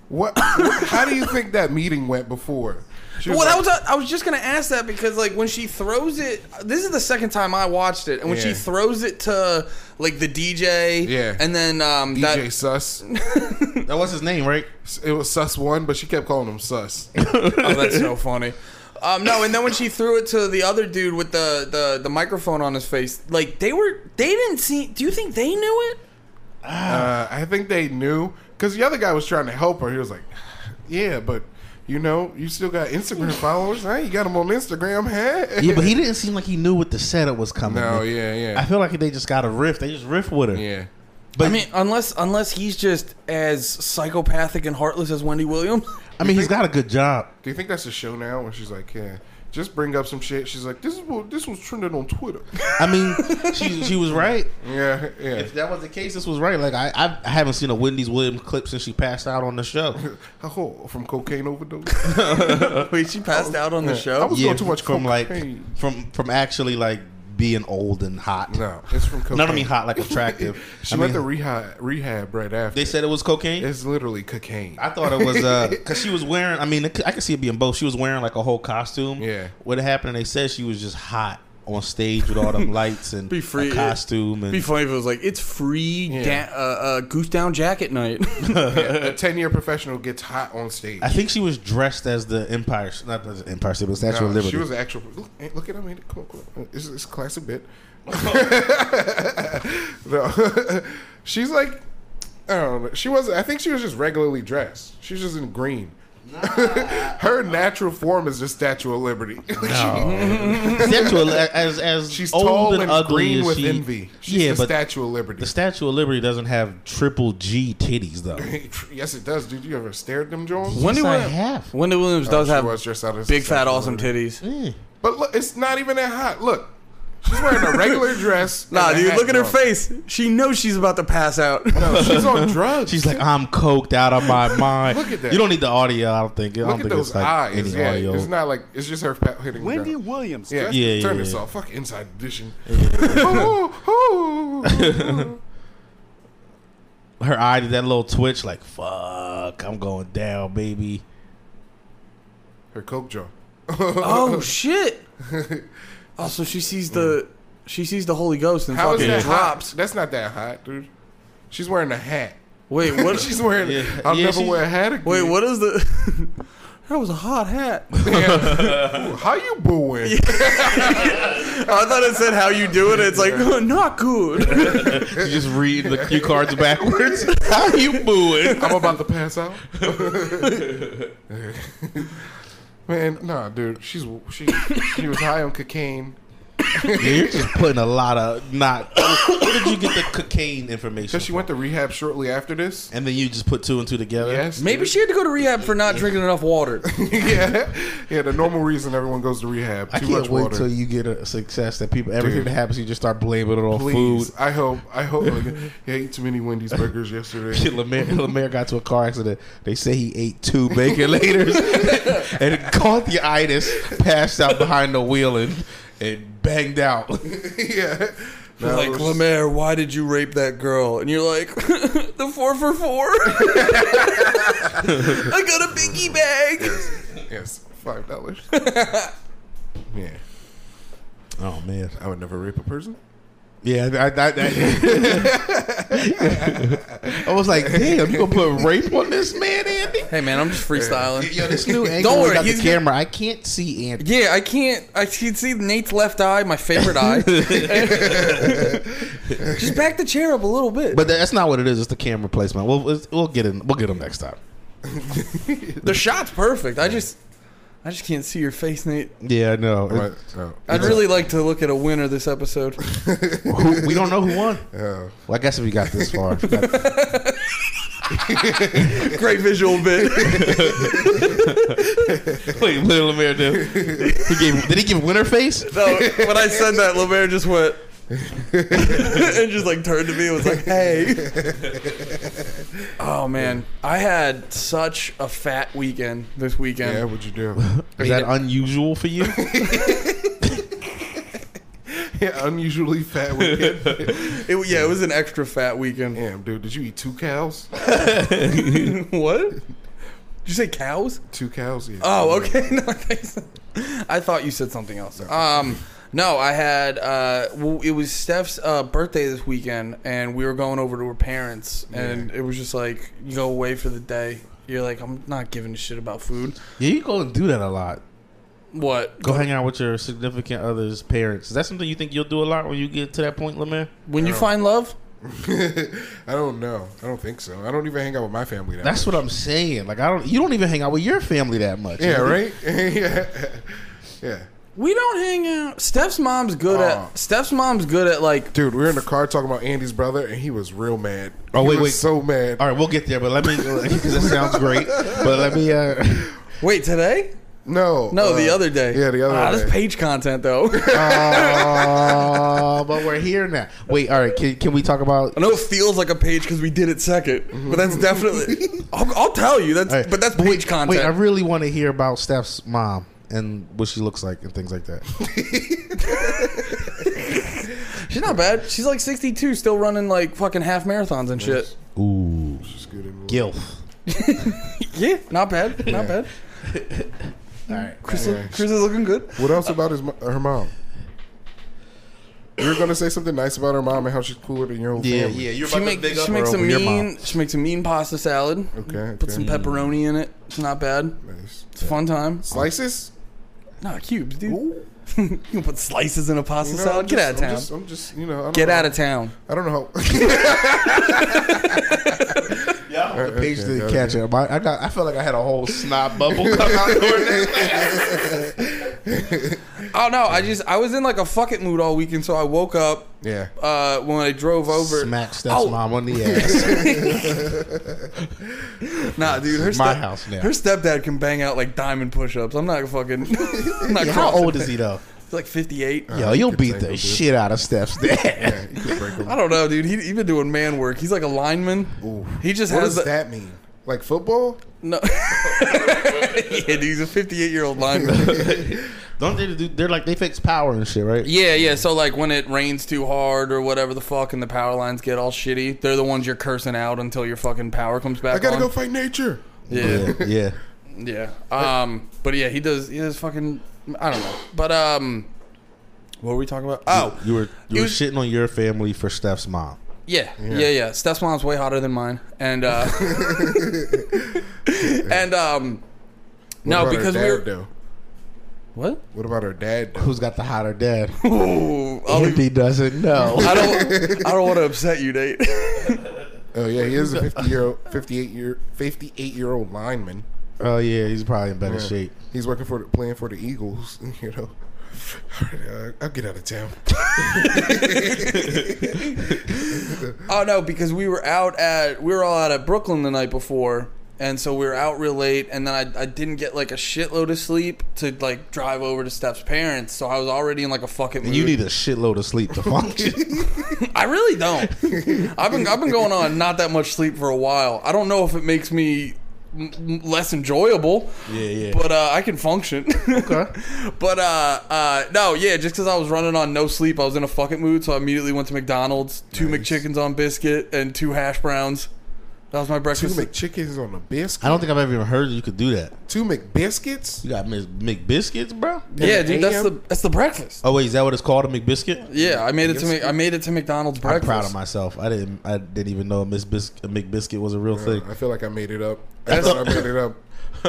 [SPEAKER 3] What? what- how do you think that meeting went before? She
[SPEAKER 1] Well, that was
[SPEAKER 3] like,
[SPEAKER 1] I was just gonna ask that because like when she throws it, this is the second time I watched it, and when she
[SPEAKER 3] Yeah.
[SPEAKER 1] throws it to like the DJ,
[SPEAKER 3] Yeah.
[SPEAKER 1] and then um,
[SPEAKER 3] DJ
[SPEAKER 1] that
[SPEAKER 3] "E Sus.
[SPEAKER 2] That was his name, right?
[SPEAKER 3] It was Sus one, but she kept calling him Sus.
[SPEAKER 1] oh, that's <laughs> so funny. Um, no, and then when she threw it to the other dude with the, the the microphone on his face, like they were they didn't see. Do you think they knew it?
[SPEAKER 3] Uh, I think they knew because the other guy was trying to help her. He was like, "Yeah, but you know, you still got
[SPEAKER 2] <laughs>
[SPEAKER 3] Instagram followers. Now you got them on Instagram, hey?"
[SPEAKER 2] Yeah, but he didn't seem like he knew what the setup was coming.
[SPEAKER 3] <laughs> No,
[SPEAKER 2] with.
[SPEAKER 3] yeah, yeah.
[SPEAKER 2] I feel like they just got a riff. They just riff with her.
[SPEAKER 3] yeah.
[SPEAKER 2] But
[SPEAKER 1] I mean, unless unless he's just as psychopathic and heartless as Wendy Williams.
[SPEAKER 2] I mean, he's got a good job.
[SPEAKER 3] Do you think that's a show now? Where she's like, "Yeah, Just bring up some shit. She's like, this is what this was trending
[SPEAKER 2] <laughs>
[SPEAKER 3] on Twitter.
[SPEAKER 2] I mean,
[SPEAKER 3] <laughs>
[SPEAKER 2] she she was right.
[SPEAKER 3] yeah, yeah.
[SPEAKER 2] If that was the case, this was right. Like I I, I haven't seen a Wendy's Williams clip since she passed out on the
[SPEAKER 3] <laughs>
[SPEAKER 2] show.
[SPEAKER 3] Oh, from cocaine overdose.
[SPEAKER 1] <laughs>
[SPEAKER 2] <laughs>
[SPEAKER 1] Wait, she passed out on the
[SPEAKER 3] I
[SPEAKER 1] show.
[SPEAKER 3] was doing too much
[SPEAKER 2] from
[SPEAKER 3] cocaine.
[SPEAKER 2] like from from actually like being old and hot.
[SPEAKER 3] no, it's from cocaine.
[SPEAKER 2] Not I mean hot like attractive.
[SPEAKER 3] <laughs> She
[SPEAKER 2] I
[SPEAKER 3] went
[SPEAKER 2] mean,
[SPEAKER 3] to rehab, rehab right after.
[SPEAKER 2] they said it was cocaine.
[SPEAKER 3] it's literally cocaine.
[SPEAKER 2] I thought it was
[SPEAKER 3] <laughs>
[SPEAKER 2] because she was wearing. I mean, it, c- I could see it being both. She was wearing like a whole costume.
[SPEAKER 3] Yeah.
[SPEAKER 2] What happened? And they said she was just hot on stage with all
[SPEAKER 3] <laughs>
[SPEAKER 2] them lights and
[SPEAKER 1] Be free.
[SPEAKER 2] a costume and
[SPEAKER 1] It'd be funny if it was like it's free
[SPEAKER 3] Yeah.
[SPEAKER 1] da- uh, uh, goose down jacket <laughs> night.
[SPEAKER 3] a ten-year professional gets hot on stage.
[SPEAKER 2] I think she was dressed as the Empire, not as the Empire State, but Statue of
[SPEAKER 3] No,
[SPEAKER 2] Liberty.
[SPEAKER 3] she was an actual. Look, hey, look at him. man. Come on, come on. It's, it's a
[SPEAKER 1] <laughs>
[SPEAKER 3] classic bit. no, <laughs> she's like, I don't know. She was. I think she was just regularly dressed. She's just in green. <laughs> Her natural form is just Statue of Liberty. <laughs>
[SPEAKER 2] <laughs> Statue of, as as
[SPEAKER 3] Oh. she's
[SPEAKER 2] old
[SPEAKER 3] tall
[SPEAKER 2] and,
[SPEAKER 3] and,
[SPEAKER 2] ugly
[SPEAKER 3] green
[SPEAKER 2] as
[SPEAKER 3] with
[SPEAKER 2] she-
[SPEAKER 3] envy. She's
[SPEAKER 2] yeah,
[SPEAKER 3] the
[SPEAKER 2] but
[SPEAKER 3] Statue of Liberty.
[SPEAKER 2] the Statue of Liberty doesn't have triple G titties
[SPEAKER 3] <laughs>
[SPEAKER 2] though.
[SPEAKER 3] yes, <laughs> it does. Did you ever stare at them, Jones?
[SPEAKER 1] Wendy,
[SPEAKER 2] I
[SPEAKER 1] Williams,
[SPEAKER 2] have.
[SPEAKER 1] Wendy Williams does
[SPEAKER 3] Oh, she
[SPEAKER 1] have
[SPEAKER 3] was dressed out as
[SPEAKER 1] big,
[SPEAKER 3] a
[SPEAKER 1] fat,
[SPEAKER 3] sexual
[SPEAKER 1] awesome titties.
[SPEAKER 3] But look, it's not even that hot. Look, she's wearing
[SPEAKER 1] <laughs>
[SPEAKER 3] a regular dress.
[SPEAKER 1] Nah,
[SPEAKER 3] and a
[SPEAKER 1] dude,
[SPEAKER 3] hat
[SPEAKER 1] look at her
[SPEAKER 3] on.
[SPEAKER 1] face. She knows she's about to pass out.
[SPEAKER 2] <laughs>
[SPEAKER 3] No, she's on drugs.
[SPEAKER 2] She's like, I'm coked out of my mind.
[SPEAKER 3] <laughs> Look at that.
[SPEAKER 2] You don't need the audio. I don't think. I don't
[SPEAKER 3] Look at
[SPEAKER 2] think
[SPEAKER 3] those
[SPEAKER 2] it's like
[SPEAKER 3] eyes.
[SPEAKER 2] any
[SPEAKER 3] Yeah,
[SPEAKER 2] audio.
[SPEAKER 3] it's not like it's just her fat hitting. the
[SPEAKER 6] Wendy
[SPEAKER 3] ground.
[SPEAKER 6] Williams.
[SPEAKER 3] Yeah,
[SPEAKER 6] dressed-
[SPEAKER 2] Yeah,
[SPEAKER 3] turn
[SPEAKER 2] yeah,
[SPEAKER 3] this
[SPEAKER 2] yeah.
[SPEAKER 3] off. Fuck Inside
[SPEAKER 2] <laughs>
[SPEAKER 3] Edition. Ooh, ooh, ooh.
[SPEAKER 2] her eye did that little twitch, like fuck, I'm going down, baby.
[SPEAKER 3] her coke jaw.
[SPEAKER 1] Oh shit! Oh, so she sees the she sees the Holy Ghost and
[SPEAKER 3] How is
[SPEAKER 1] fucking
[SPEAKER 3] that
[SPEAKER 1] drops.
[SPEAKER 3] hot? That's not that hot, dude. She's wearing a hat.
[SPEAKER 1] <laughs> Wait, what?
[SPEAKER 3] she's wearing.
[SPEAKER 2] Yeah.
[SPEAKER 3] I'll
[SPEAKER 2] Yeah,
[SPEAKER 3] never
[SPEAKER 2] she's-
[SPEAKER 3] wear a hat again.
[SPEAKER 1] wait, what is the? <laughs> that was a hot hat.
[SPEAKER 3] Yeah. Ooh, How you booing?
[SPEAKER 1] <laughs> I thought it said how you do it. It's like <laughs> not good.
[SPEAKER 2] You just read the cue cards
[SPEAKER 3] <laughs>
[SPEAKER 2] backwards. How you <laughs> booing?
[SPEAKER 3] I'm about to pass out. Man, nah, dude. She's she she was high on cocaine.
[SPEAKER 2] You're just putting a lot of not. <coughs> Where did you get the cocaine information?
[SPEAKER 3] Cause she went to rehab shortly after this.
[SPEAKER 2] and then you just put two and two together.
[SPEAKER 1] <laughs>
[SPEAKER 3] Yes,
[SPEAKER 1] Maybe
[SPEAKER 3] dude.
[SPEAKER 1] she had to go to rehab for not drinking enough <laughs> water.
[SPEAKER 3] <laughs> yeah, yeah. The normal reason everyone goes to rehab. Too
[SPEAKER 2] I can't
[SPEAKER 3] much
[SPEAKER 2] wait
[SPEAKER 3] water.
[SPEAKER 2] till you get a success that people everything
[SPEAKER 3] Dude.
[SPEAKER 2] that happens, you just start blaming it on
[SPEAKER 3] Please,
[SPEAKER 2] food. <laughs>
[SPEAKER 3] I hope. I hope. yeah, I ate too many Wendy's burgers
[SPEAKER 2] <laughs>
[SPEAKER 3] yesterday.
[SPEAKER 2] Lemaire, Lemaire got to a car accident. They say he ate two bacon
[SPEAKER 3] <laughs>
[SPEAKER 2] laters and caught the itis, passed out behind the wheel, and, and banged
[SPEAKER 3] <laughs>
[SPEAKER 2] out.
[SPEAKER 3] <laughs> yeah. No,
[SPEAKER 1] like
[SPEAKER 3] it was-
[SPEAKER 1] Lemaire, why did you rape that girl? And you're like, <laughs> the four for <laughs> four. I got a biggie bag.
[SPEAKER 3] yes, five
[SPEAKER 2] <laughs>
[SPEAKER 3] dollars. yeah,
[SPEAKER 2] Oh man,
[SPEAKER 3] I would never rape a person.
[SPEAKER 2] Yeah, I, I, I, <laughs> I was like, damn, you gonna put rape on this man, Andy?
[SPEAKER 1] Hey man, I'm just freestyling.
[SPEAKER 2] Yo, this new angle
[SPEAKER 1] Don't
[SPEAKER 2] we
[SPEAKER 1] worry,
[SPEAKER 2] got the
[SPEAKER 1] he's-
[SPEAKER 2] camera. I can't see Andy.
[SPEAKER 1] Yeah, I can't. I can see Nate's left eye, my favorite eye. <laughs> Just back the chair up a little bit.
[SPEAKER 2] But that's not what it is. It's the camera placement. We'll we'll- we'll get in. We'll get him next time.
[SPEAKER 1] the shot's perfect. I just, I just can't see your face, Nate.
[SPEAKER 2] Yeah, no.
[SPEAKER 3] But, no.
[SPEAKER 1] I'd really like to look at a winner this episode.
[SPEAKER 2] Who, we don't know who <laughs> won.
[SPEAKER 3] Oh.
[SPEAKER 2] Well, I guess if you got this <laughs> far,
[SPEAKER 1] Great visual bit. <laughs>
[SPEAKER 2] wait, little Lemare did. He gave. Did he give winner face?
[SPEAKER 1] No, when I said that, Lemaire just went <laughs> and just like turned to me and was like, "Hey." Oh man, I had such a fat weekend this weekend.
[SPEAKER 3] yeah, what'd you do?
[SPEAKER 2] <laughs> Is that unusual for you?
[SPEAKER 3] yeah, unusually fat
[SPEAKER 2] <laughs>
[SPEAKER 3] weekend.
[SPEAKER 1] It, yeah, it was an extra fat weekend.
[SPEAKER 3] Damn, dude, did you eat two cows?
[SPEAKER 1] <laughs> what? Did you say cows?
[SPEAKER 3] Two cows? Yeah. <laughs>
[SPEAKER 1] Oh, okay. <laughs> No, I thought you said- I thought you said something else. Um, no, I had. Uh, well, it was Steph's uh, birthday this weekend, and we were going over to her parents, and it was just like you go away for the day. You're like, I'm not giving a shit about food.
[SPEAKER 2] <laughs> Yeah, you go and do that a lot.
[SPEAKER 1] What?
[SPEAKER 2] Go hang out with your significant other's parents. Is that something you think you'll do a lot when you get to that point, Lemare?
[SPEAKER 1] When you find love?
[SPEAKER 3] I don't know. I don't think so. I don't even hang out with my family now.
[SPEAKER 2] That's what I'm saying. Like I don't. You don't even hang out with your family that much.
[SPEAKER 3] yeah, right. <laughs> yeah, yeah.
[SPEAKER 1] We don't hang out. Steph's mom's good
[SPEAKER 3] Aw.
[SPEAKER 1] at. Steph's mom's good at like.
[SPEAKER 3] Dude, we were in the car talking about Andy's brother, and he was real mad.
[SPEAKER 2] Oh,
[SPEAKER 3] He
[SPEAKER 2] wait,
[SPEAKER 3] was
[SPEAKER 2] wait.
[SPEAKER 3] so
[SPEAKER 2] <laughs>
[SPEAKER 3] mad.
[SPEAKER 2] All right, we'll get there, but let me because it sounds great. But let me. Uh,
[SPEAKER 1] Wait, today?
[SPEAKER 3] No.
[SPEAKER 1] No,
[SPEAKER 3] uh,
[SPEAKER 1] the other day.
[SPEAKER 3] Yeah, the other
[SPEAKER 1] Ah,
[SPEAKER 3] day.
[SPEAKER 1] That's page content though. <laughs>
[SPEAKER 2] Uh, but we're here now. Wait, all right. Can, can we talk about?
[SPEAKER 1] I know it feels like a page because we did it second, but that's
[SPEAKER 3] Mm-hmm.
[SPEAKER 1] definitely. I'll, I'll tell you that's,
[SPEAKER 2] all right,
[SPEAKER 1] but that's page
[SPEAKER 2] wait,
[SPEAKER 1] content.
[SPEAKER 2] Wait, I really want to hear about Steph's mom and what she looks like and things like that.
[SPEAKER 1] She's not bad. She's like 62, still running like fucking half marathons and shit.
[SPEAKER 2] Ooh,
[SPEAKER 3] Just good and-
[SPEAKER 2] gilf.
[SPEAKER 1] Yeah, not bad. Not bad.
[SPEAKER 3] <laughs>
[SPEAKER 2] All right.
[SPEAKER 1] Chris,
[SPEAKER 3] Yeah.
[SPEAKER 1] Chris is looking good.
[SPEAKER 3] What else about his mo- uh, her mom? You were gonna say something nice about her mom and how she's cooler than your whole
[SPEAKER 2] Yeah,
[SPEAKER 3] family.
[SPEAKER 2] yeah. You're
[SPEAKER 1] She,
[SPEAKER 2] about
[SPEAKER 1] make,
[SPEAKER 2] to big
[SPEAKER 1] she
[SPEAKER 2] up her
[SPEAKER 1] makes a
[SPEAKER 2] over your mom.
[SPEAKER 1] mean. She makes a mean pasta salad.
[SPEAKER 3] Okay, okay.
[SPEAKER 1] Put some pepperoni in it. It's not bad.
[SPEAKER 3] Nice.
[SPEAKER 1] It's a fun time.
[SPEAKER 3] slices.
[SPEAKER 1] Nah, cubes, dude. <laughs> you can put slices in a pasta
[SPEAKER 3] You know,
[SPEAKER 1] salad.
[SPEAKER 3] I'm
[SPEAKER 1] Get
[SPEAKER 3] just-
[SPEAKER 1] out of
[SPEAKER 3] I'm
[SPEAKER 1] town.
[SPEAKER 3] just- I'm just, you know, I don't
[SPEAKER 1] Get
[SPEAKER 3] know.
[SPEAKER 1] out of town.
[SPEAKER 3] I don't know how. <laughs>
[SPEAKER 2] The page
[SPEAKER 3] Okay,
[SPEAKER 2] didn't
[SPEAKER 3] okay.
[SPEAKER 2] catch up. I, I got. I felt like I had a whole snot bubble come out during this.
[SPEAKER 1] Oh no, I just I was in like a fuck it mood all weekend, so I woke up
[SPEAKER 3] yeah.
[SPEAKER 1] uh, when I drove over.
[SPEAKER 2] Smack Steph's mom on <laughs> the ass.
[SPEAKER 1] Nah, dude, her
[SPEAKER 2] It's my
[SPEAKER 1] step-
[SPEAKER 2] house now.
[SPEAKER 1] Her stepdad can bang out like diamond push-ups. I'm not fucking. <laughs> I'm not
[SPEAKER 2] Yeah, how
[SPEAKER 1] crossing
[SPEAKER 2] old is
[SPEAKER 1] that.
[SPEAKER 2] he though?
[SPEAKER 1] He's like 58.
[SPEAKER 2] Yo, you'll
[SPEAKER 3] could
[SPEAKER 2] beat
[SPEAKER 3] say
[SPEAKER 2] the
[SPEAKER 3] he'll do.
[SPEAKER 2] shit out of Steph's dad.
[SPEAKER 3] You could break 'em.
[SPEAKER 1] <laughs> I don't know, dude. He, he been doing man work. He's like a lineman.
[SPEAKER 3] Ooh.
[SPEAKER 1] He just
[SPEAKER 3] What
[SPEAKER 1] has
[SPEAKER 3] does
[SPEAKER 1] the,
[SPEAKER 3] that mean? Like football?
[SPEAKER 1] no. <laughs> yeah, dude, he's a 58 year old lineman.
[SPEAKER 2] <laughs> Don't they do? They're like they fix power and shit, right?
[SPEAKER 1] yeah, yeah. So like when it rains too hard or whatever the fuck, and the power lines get all shitty, they're the ones you're cursing out until your fucking power comes back.
[SPEAKER 3] I gotta
[SPEAKER 1] on.
[SPEAKER 3] go fight nature.
[SPEAKER 1] Yeah.
[SPEAKER 2] yeah. yeah.
[SPEAKER 1] Yeah. Um. But yeah, he does. He does fucking. I don't know. But um. What were we talking about? Oh,
[SPEAKER 2] you were
[SPEAKER 1] It
[SPEAKER 2] you were
[SPEAKER 1] was-
[SPEAKER 2] shitting on your family for Steph's mom.
[SPEAKER 1] yeah, yeah, yeah. Steph's mom's way hotter than mine, and
[SPEAKER 3] <laughs>
[SPEAKER 1] uh, and um.
[SPEAKER 3] What
[SPEAKER 1] no,
[SPEAKER 3] about
[SPEAKER 1] because
[SPEAKER 3] her
[SPEAKER 1] we
[SPEAKER 3] dad,
[SPEAKER 1] were
[SPEAKER 3] though.
[SPEAKER 1] what?
[SPEAKER 3] What about her dad? Though?
[SPEAKER 2] Who's got the hotter dad?
[SPEAKER 1] <laughs> Ooh, I'll
[SPEAKER 2] If
[SPEAKER 1] be,
[SPEAKER 2] he doesn't know.
[SPEAKER 1] Oh, I don't. I don't
[SPEAKER 3] <laughs>
[SPEAKER 1] want to upset you, Nate. <laughs>
[SPEAKER 3] Oh yeah, he is a fifty year old, fifty eight year, fifty eight year old lineman.
[SPEAKER 2] oh yeah, he's probably in better
[SPEAKER 3] Yeah.
[SPEAKER 2] shape.
[SPEAKER 3] He's working for the, playing for the Eagles. <laughs> You know, uh, I'll get out of town.
[SPEAKER 1] oh no, because we were out at we were all out at Brooklyn the night before, and so we were out real late, and then I, I didn't get like a shitload of sleep to like drive over to Steph's parents, so I was already in like a fucking. Mood.
[SPEAKER 2] You need a shitload of
[SPEAKER 1] <laughs>
[SPEAKER 2] sleep to function.
[SPEAKER 1] I really don't. I've been I've been going on not that much sleep for a while. I don't know if it makes me m- m- less enjoyable.
[SPEAKER 2] Yeah, yeah.
[SPEAKER 1] But uh, I can function. Okay. <laughs> but uh, uh, no, yeah, just because I was running on no sleep, I was in a fucking mood, so I immediately went to McDonald's, two McChickens on biscuit and two hash browns. That was my
[SPEAKER 3] Two
[SPEAKER 1] breakfast.
[SPEAKER 3] McChickens on a
[SPEAKER 2] I
[SPEAKER 3] biscuit.
[SPEAKER 2] don't think I've ever even heard you could do that.
[SPEAKER 3] Two McBiscuits.
[SPEAKER 2] You got Miss McBiscuits, bro.
[SPEAKER 1] yeah, dude, that's
[SPEAKER 3] AM?
[SPEAKER 1] the that's the breakfast.
[SPEAKER 2] Oh wait, is that what it's called, a McBiscuit?
[SPEAKER 1] Yeah, I made it to Mc- I made it to McDonald's
[SPEAKER 2] I'm
[SPEAKER 1] breakfast.
[SPEAKER 2] proud of myself. I didn't. I didn't even know a Miss Bis- a McBiscuit was a real thing. <laughs>
[SPEAKER 3] I feel like I made it up. I thought I made it up.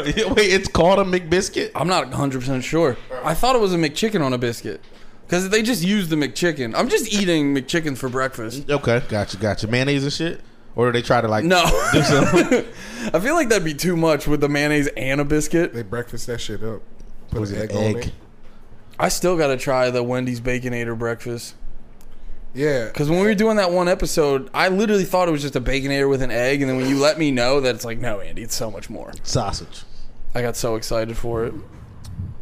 [SPEAKER 2] Yeah, Wait, it's called a McBiscuit?
[SPEAKER 1] I'm not 100% sure. I thought it was a McChicken on a biscuit. Because they just used the McChicken. I'm just eating McChickens for breakfast.
[SPEAKER 2] Okay, gotcha, gotcha. Mayonnaise and shit, or do they try to like
[SPEAKER 1] No.
[SPEAKER 2] do something?
[SPEAKER 1] <laughs> I feel like that'd be too much with the mayonnaise and a biscuit.
[SPEAKER 3] They breakfast that shit up. Put
[SPEAKER 2] Was
[SPEAKER 3] an
[SPEAKER 2] it
[SPEAKER 3] egg,
[SPEAKER 2] <laughs>
[SPEAKER 3] on
[SPEAKER 2] egg?
[SPEAKER 3] it.
[SPEAKER 1] I still got to try the Wendy's Baconator breakfast.
[SPEAKER 3] Yeah.
[SPEAKER 1] Because when we were doing that one episode, I literally thought it was just a Baconator with an egg. And then when you let me know that, it's like, no, Andy, it's so much more.
[SPEAKER 2] Sausage.
[SPEAKER 1] I got so excited for it.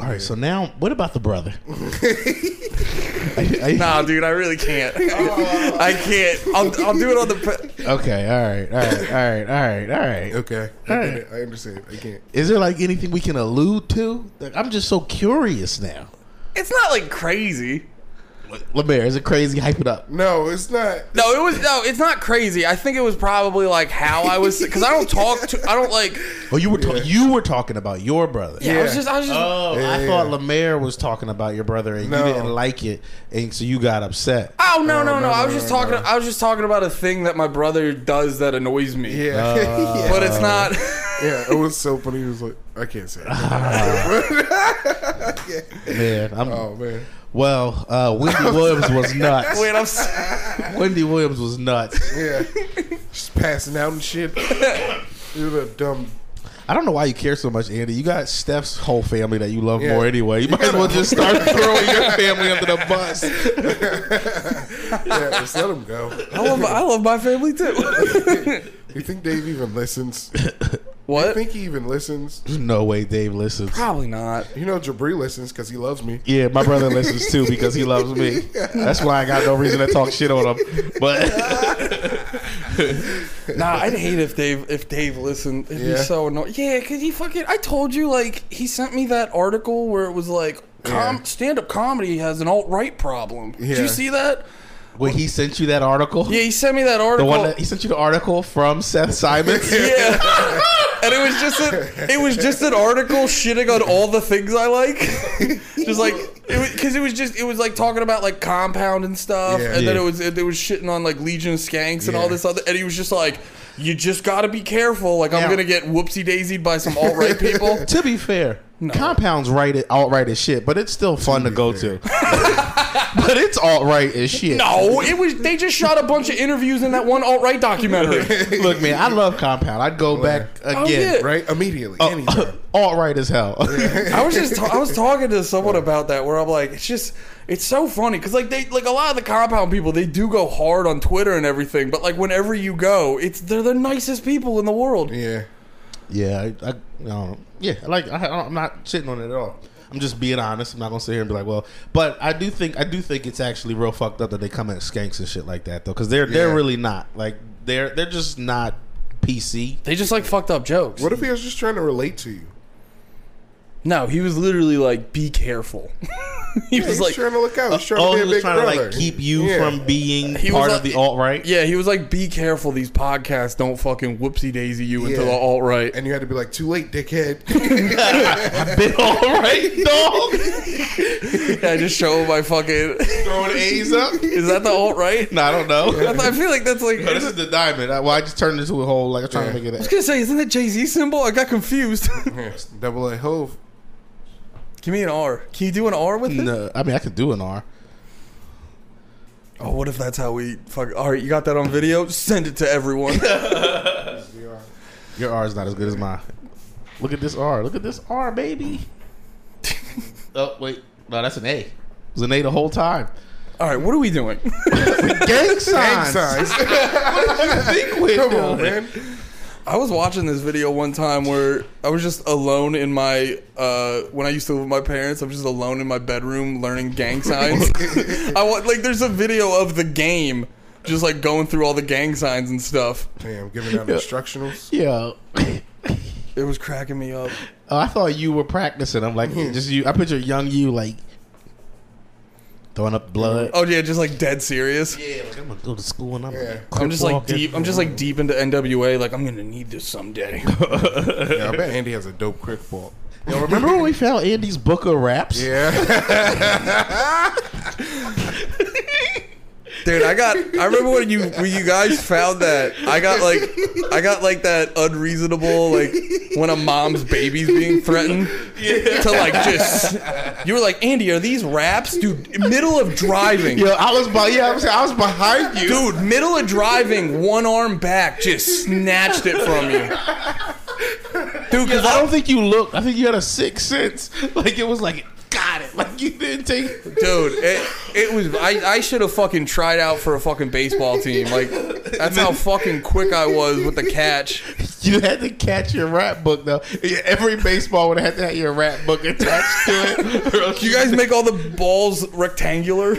[SPEAKER 2] All right, so now what about the
[SPEAKER 3] <laughs>
[SPEAKER 2] brother? Are you- are you-
[SPEAKER 1] Nah, dude, I really can't. <laughs> I can't. I'll, I'll do it on the. Pe-
[SPEAKER 2] Okay, all right, all right, all right, all right, all right.
[SPEAKER 3] Okay. I,
[SPEAKER 2] All
[SPEAKER 3] get
[SPEAKER 2] right.
[SPEAKER 3] it. I understand. I can't.
[SPEAKER 2] Is there like anything we can allude to? Like, I'm just so curious now.
[SPEAKER 1] it's not like crazy.
[SPEAKER 2] Lemaire, is it crazy? Hype it up.
[SPEAKER 3] No, it's not.
[SPEAKER 1] No, it was no. It's not crazy. I think it was probably like how I was because I don't talk to. I don't like.
[SPEAKER 2] Oh, you were ta- you were talking about your brother.
[SPEAKER 1] Yeah, I was just. I was just.
[SPEAKER 2] Oh, I
[SPEAKER 3] Yeah.
[SPEAKER 2] thought Lemaire was talking about your brother, and
[SPEAKER 3] No.
[SPEAKER 2] you didn't like it, and so you got upset.
[SPEAKER 1] oh no, no, no!
[SPEAKER 3] no,
[SPEAKER 1] I
[SPEAKER 3] no,
[SPEAKER 1] was just
[SPEAKER 3] no,
[SPEAKER 1] talking.
[SPEAKER 3] no.
[SPEAKER 1] I was just talking about a thing that my brother does that annoys me.
[SPEAKER 3] Yeah. <laughs> Uh, yeah.
[SPEAKER 1] Uh, But it's not. <laughs>
[SPEAKER 3] Yeah, it was so funny. He was like, I can't say it.
[SPEAKER 2] Man, I'm,
[SPEAKER 3] Oh, man.
[SPEAKER 2] well, uh,
[SPEAKER 3] <laughs>
[SPEAKER 2] Wendy Williams was nuts.
[SPEAKER 1] Wait, I'm. s-
[SPEAKER 2] Wendy Williams was nuts.
[SPEAKER 3] Yeah. Just passing out and shit. You're a dumb. <laughs>
[SPEAKER 2] I don't know why you care so much, Andy. You got Steph's whole family that you love
[SPEAKER 3] Yeah.
[SPEAKER 2] more anyway. You might as well just start
[SPEAKER 1] <laughs>
[SPEAKER 2] throwing your family under the bus.
[SPEAKER 3] Yeah, just let him go. <laughs>
[SPEAKER 1] I love. I love my family too.
[SPEAKER 3] You think Dave even listens? I
[SPEAKER 1] What?
[SPEAKER 3] think he even listens.
[SPEAKER 2] There's no way Dave listens.
[SPEAKER 1] Probably not.
[SPEAKER 3] You know, Jabri listens because he loves me.
[SPEAKER 2] Yeah, my brother listens too because he loves me. That's why I got no reason to talk shit on him. But
[SPEAKER 1] Nah, I'd hate if Dave if Dave listened. It'd be
[SPEAKER 3] Yeah.
[SPEAKER 1] so annoying. Yeah, cause he fucking. I told you like he sent me that article where it was like com-
[SPEAKER 3] Yeah.
[SPEAKER 1] stand up comedy has an alt right problem. Did
[SPEAKER 3] Yeah.
[SPEAKER 1] you see that?
[SPEAKER 2] <laughs> when he sent you that article,
[SPEAKER 1] Yeah, he sent me that
[SPEAKER 2] the
[SPEAKER 1] article.
[SPEAKER 2] one that he sent you the article from Seth Simons.
[SPEAKER 1] <laughs> yeah. And it was just a, it was just an article shitting on all the things I like, just like because it, was just it was like talking about like compound and stuff,
[SPEAKER 3] Yeah.
[SPEAKER 1] and then
[SPEAKER 2] Yeah.
[SPEAKER 1] it was it, was shitting on like Legion of Skanks and all
[SPEAKER 3] Yeah.
[SPEAKER 1] this other, and he was just like, you just got to be careful, like I'm
[SPEAKER 2] Now-
[SPEAKER 1] gonna get whoopsie daisied by some alt right
[SPEAKER 3] <laughs>
[SPEAKER 1] people.
[SPEAKER 2] To be fair, compounds right it outright as shit, but it's still fun to, go to. <laughs> but it's alt right as shit.
[SPEAKER 1] <laughs> No, it was they just shot a bunch of interviews in that one alt right documentary.
[SPEAKER 2] Look, man, I love compound. I'd go back
[SPEAKER 1] Oh,
[SPEAKER 2] again.
[SPEAKER 3] Right? Immediately.
[SPEAKER 2] right?
[SPEAKER 3] anytime.
[SPEAKER 2] <laughs> alt right as hell.
[SPEAKER 1] I was just ta- I was talking to someone about that where I'm like, it's just it's so funny because like they like a lot of the compound people they do go hard on Twitter and everything, but like whenever you go, it's they're the nicest people in the world.
[SPEAKER 3] Yeah.
[SPEAKER 2] <laughs> Yeah, I, I, um, yeah, like I, I- I'm not shitting on it at all. I'm just being honest. I'm not gonna sit here and be like, well, but I do think I do think it's actually real fucked up that they come at skanks and shit like that though, because they're they're
[SPEAKER 3] Yeah.
[SPEAKER 2] really not like they're they're just not PC.
[SPEAKER 1] They just like fucked up jokes.
[SPEAKER 3] What if he was just trying to relate to you?
[SPEAKER 1] No, he was literally like, be careful. <laughs> he
[SPEAKER 3] Yeah,
[SPEAKER 1] was
[SPEAKER 3] he's
[SPEAKER 1] like,
[SPEAKER 3] trying to look out. He's trying
[SPEAKER 2] oh,
[SPEAKER 3] to be
[SPEAKER 2] he
[SPEAKER 3] a
[SPEAKER 2] was
[SPEAKER 3] big
[SPEAKER 2] trying to
[SPEAKER 3] brother.
[SPEAKER 2] like keep you
[SPEAKER 3] Yeah.
[SPEAKER 2] from being
[SPEAKER 1] He was
[SPEAKER 2] part
[SPEAKER 1] like-
[SPEAKER 2] of the alt right.
[SPEAKER 1] yeah, he was like, be careful. These podcasts don't fucking whoopsie daisy you into
[SPEAKER 3] Yeah.
[SPEAKER 1] the alt right. <laughs>
[SPEAKER 3] And you had to be like, too late,
[SPEAKER 2] <laughs>
[SPEAKER 3] dickhead. <laughs>
[SPEAKER 2] Been alt right, dog.
[SPEAKER 1] I just show him my fucking. <laughs>
[SPEAKER 2] Throwing A's up.
[SPEAKER 1] Is that the alt
[SPEAKER 3] <laughs>
[SPEAKER 1] right?
[SPEAKER 2] No, I don't know.
[SPEAKER 1] I th- I feel like that's like.
[SPEAKER 2] No, <laughs> this is the diamond. I, well, I just turned into a whole like I'm trying to
[SPEAKER 3] Yeah.
[SPEAKER 2] make it.
[SPEAKER 1] I was
[SPEAKER 2] A,
[SPEAKER 1] gonna say, isn't that Jay Z symbol? I got confused. <laughs>
[SPEAKER 3] Yes, Double A Hove.
[SPEAKER 1] Give me an R. Can you do an R with it?
[SPEAKER 2] no, I mean I could do an R.
[SPEAKER 1] Oh, what if that's how we fuck? All right, you got that on video. Send it to
[SPEAKER 2] <laughs>
[SPEAKER 1] everyone.
[SPEAKER 2] Your R is not as good as mine. Look at this R. Look at this R, baby. <laughs> oh wait, no, that's an A. It was an A the whole time.
[SPEAKER 1] All right, what are we doing?
[SPEAKER 2] <laughs>
[SPEAKER 1] <laughs>
[SPEAKER 2] Gang signs. <laughs>
[SPEAKER 3] Signs.
[SPEAKER 2] Think with
[SPEAKER 3] Come
[SPEAKER 2] it.
[SPEAKER 3] on, man.
[SPEAKER 1] I was watching this video one time where I was just alone in my uh, when I used to live with my parents. I'm just alone in my bedroom learning gang
[SPEAKER 2] <laughs>
[SPEAKER 1] signs. <laughs> I want like there's a video of the game, just like going through all the gang signs and stuff.
[SPEAKER 3] Damn, giving out instructionals.
[SPEAKER 2] Yeah. <laughs>
[SPEAKER 1] It was cracking me up.
[SPEAKER 2] Oh, I thought you were practicing. I'm like, just you. I picture young you like throwing up blood.
[SPEAKER 1] Oh yeah, just like dead serious.
[SPEAKER 2] yeah, like, I'm gonna go to school and I'm.
[SPEAKER 3] Yeah.
[SPEAKER 1] I'm just like deep.
[SPEAKER 2] <laughs>
[SPEAKER 1] I'm just like deep into NWA. Like I'm gonna need this someday.
[SPEAKER 3] Yeah, I bet Andy has a dope quick ball.
[SPEAKER 2] Yo, remember when we found Andy's book of raps?
[SPEAKER 3] <laughs> Yeah.
[SPEAKER 1] Dude, I got. I remember when you when you guys found that. I got like, I got like that unreasonable like when a mom's baby's being threatened to like just. You were like, Andy, are these raps, dude? Middle of driving,
[SPEAKER 2] Yo, I was by. Yeah, I was, I was behind you.
[SPEAKER 1] dude. Middle of driving, one arm back, just snatched it from you, dude. Because
[SPEAKER 2] I don't think you looked. I think you had a sixth sense. <laughs> Like it was like got it. Like you didn't take.
[SPEAKER 1] dude, it, it was. I, I should have fucking tried out for a fucking baseball team. Like that's how fucking quick I was with the catch.
[SPEAKER 2] <laughs> You had to catch your rap book though. Yeah, Every baseball would have had to have your rap book attached to it. or else
[SPEAKER 1] You guys make all the balls rectangular?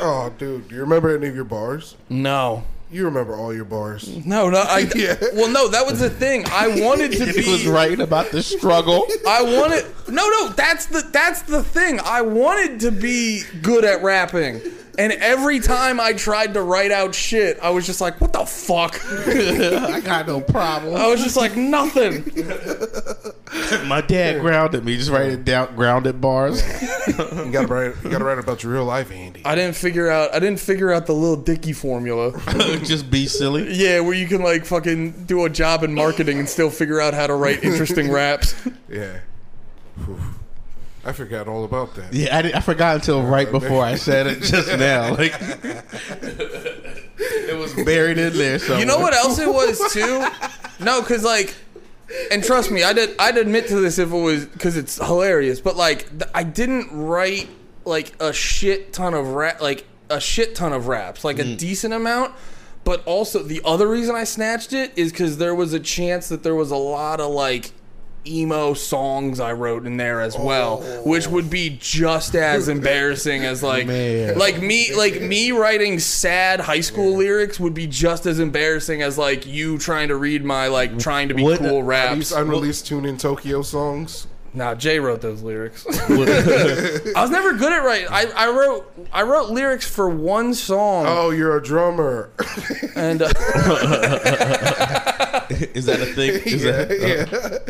[SPEAKER 3] oh, dude. Do you remember any of your bars?
[SPEAKER 1] No.
[SPEAKER 3] You remember all your bars.
[SPEAKER 1] No, no. I,
[SPEAKER 3] Yeah.
[SPEAKER 1] Well, no, that was the thing. I wanted
[SPEAKER 2] <laughs>
[SPEAKER 1] to
[SPEAKER 2] He
[SPEAKER 1] be.
[SPEAKER 2] was writing about
[SPEAKER 1] <laughs>
[SPEAKER 2] the struggle.
[SPEAKER 1] I wanted. No, no. That's the that's the thing. I wanted to be good at rapping. And every time I tried to write out shit, I was just like, what the fuck?
[SPEAKER 2] I got no problem.
[SPEAKER 1] I was just like, nothing.
[SPEAKER 2] My dad grounded me. Just writing down grounded bars. <laughs>
[SPEAKER 3] You gotta write. You gotta write about your real life, Andy.
[SPEAKER 1] I didn't figure out I didn't figure out the little dicky formula.
[SPEAKER 2] Just be silly.
[SPEAKER 1] Yeah, where you can like fucking do a job in marketing and still figure out how to write interesting raps.
[SPEAKER 3] Yeah. Whew. I forgot all about that.
[SPEAKER 2] Yeah, I, did, I forgot until right before I said it just now. Like <laughs> it was buried in there. So
[SPEAKER 1] You know what else it was too? No, because like, and trust me, I did. I'd admit to this if it was because it's hilarious. But like, th- I didn't write like a shit ton of rap, like a shit ton of raps, like a decent amount. But also, the other reason I snatched it is because there was a chance that there was a lot of like emo songs I wrote in there as well,
[SPEAKER 2] Oh.
[SPEAKER 1] which would be just
[SPEAKER 2] <laughs>
[SPEAKER 1] as embarrassing as like
[SPEAKER 2] Man.
[SPEAKER 1] like me like me writing sad high school lyrics would be just as embarrassing as like you trying to read my like trying to be
[SPEAKER 2] What-
[SPEAKER 1] cool
[SPEAKER 3] These
[SPEAKER 1] raps.
[SPEAKER 3] unreleased Tune in Tokyo songs.
[SPEAKER 1] Nah, Jay wrote those lyrics. <laughs> I was never good at writing. I, I wrote I wrote lyrics for one song
[SPEAKER 3] Oh, you're a drummer. <laughs>
[SPEAKER 1] and. Uh,
[SPEAKER 2] Is that a thing? Is that,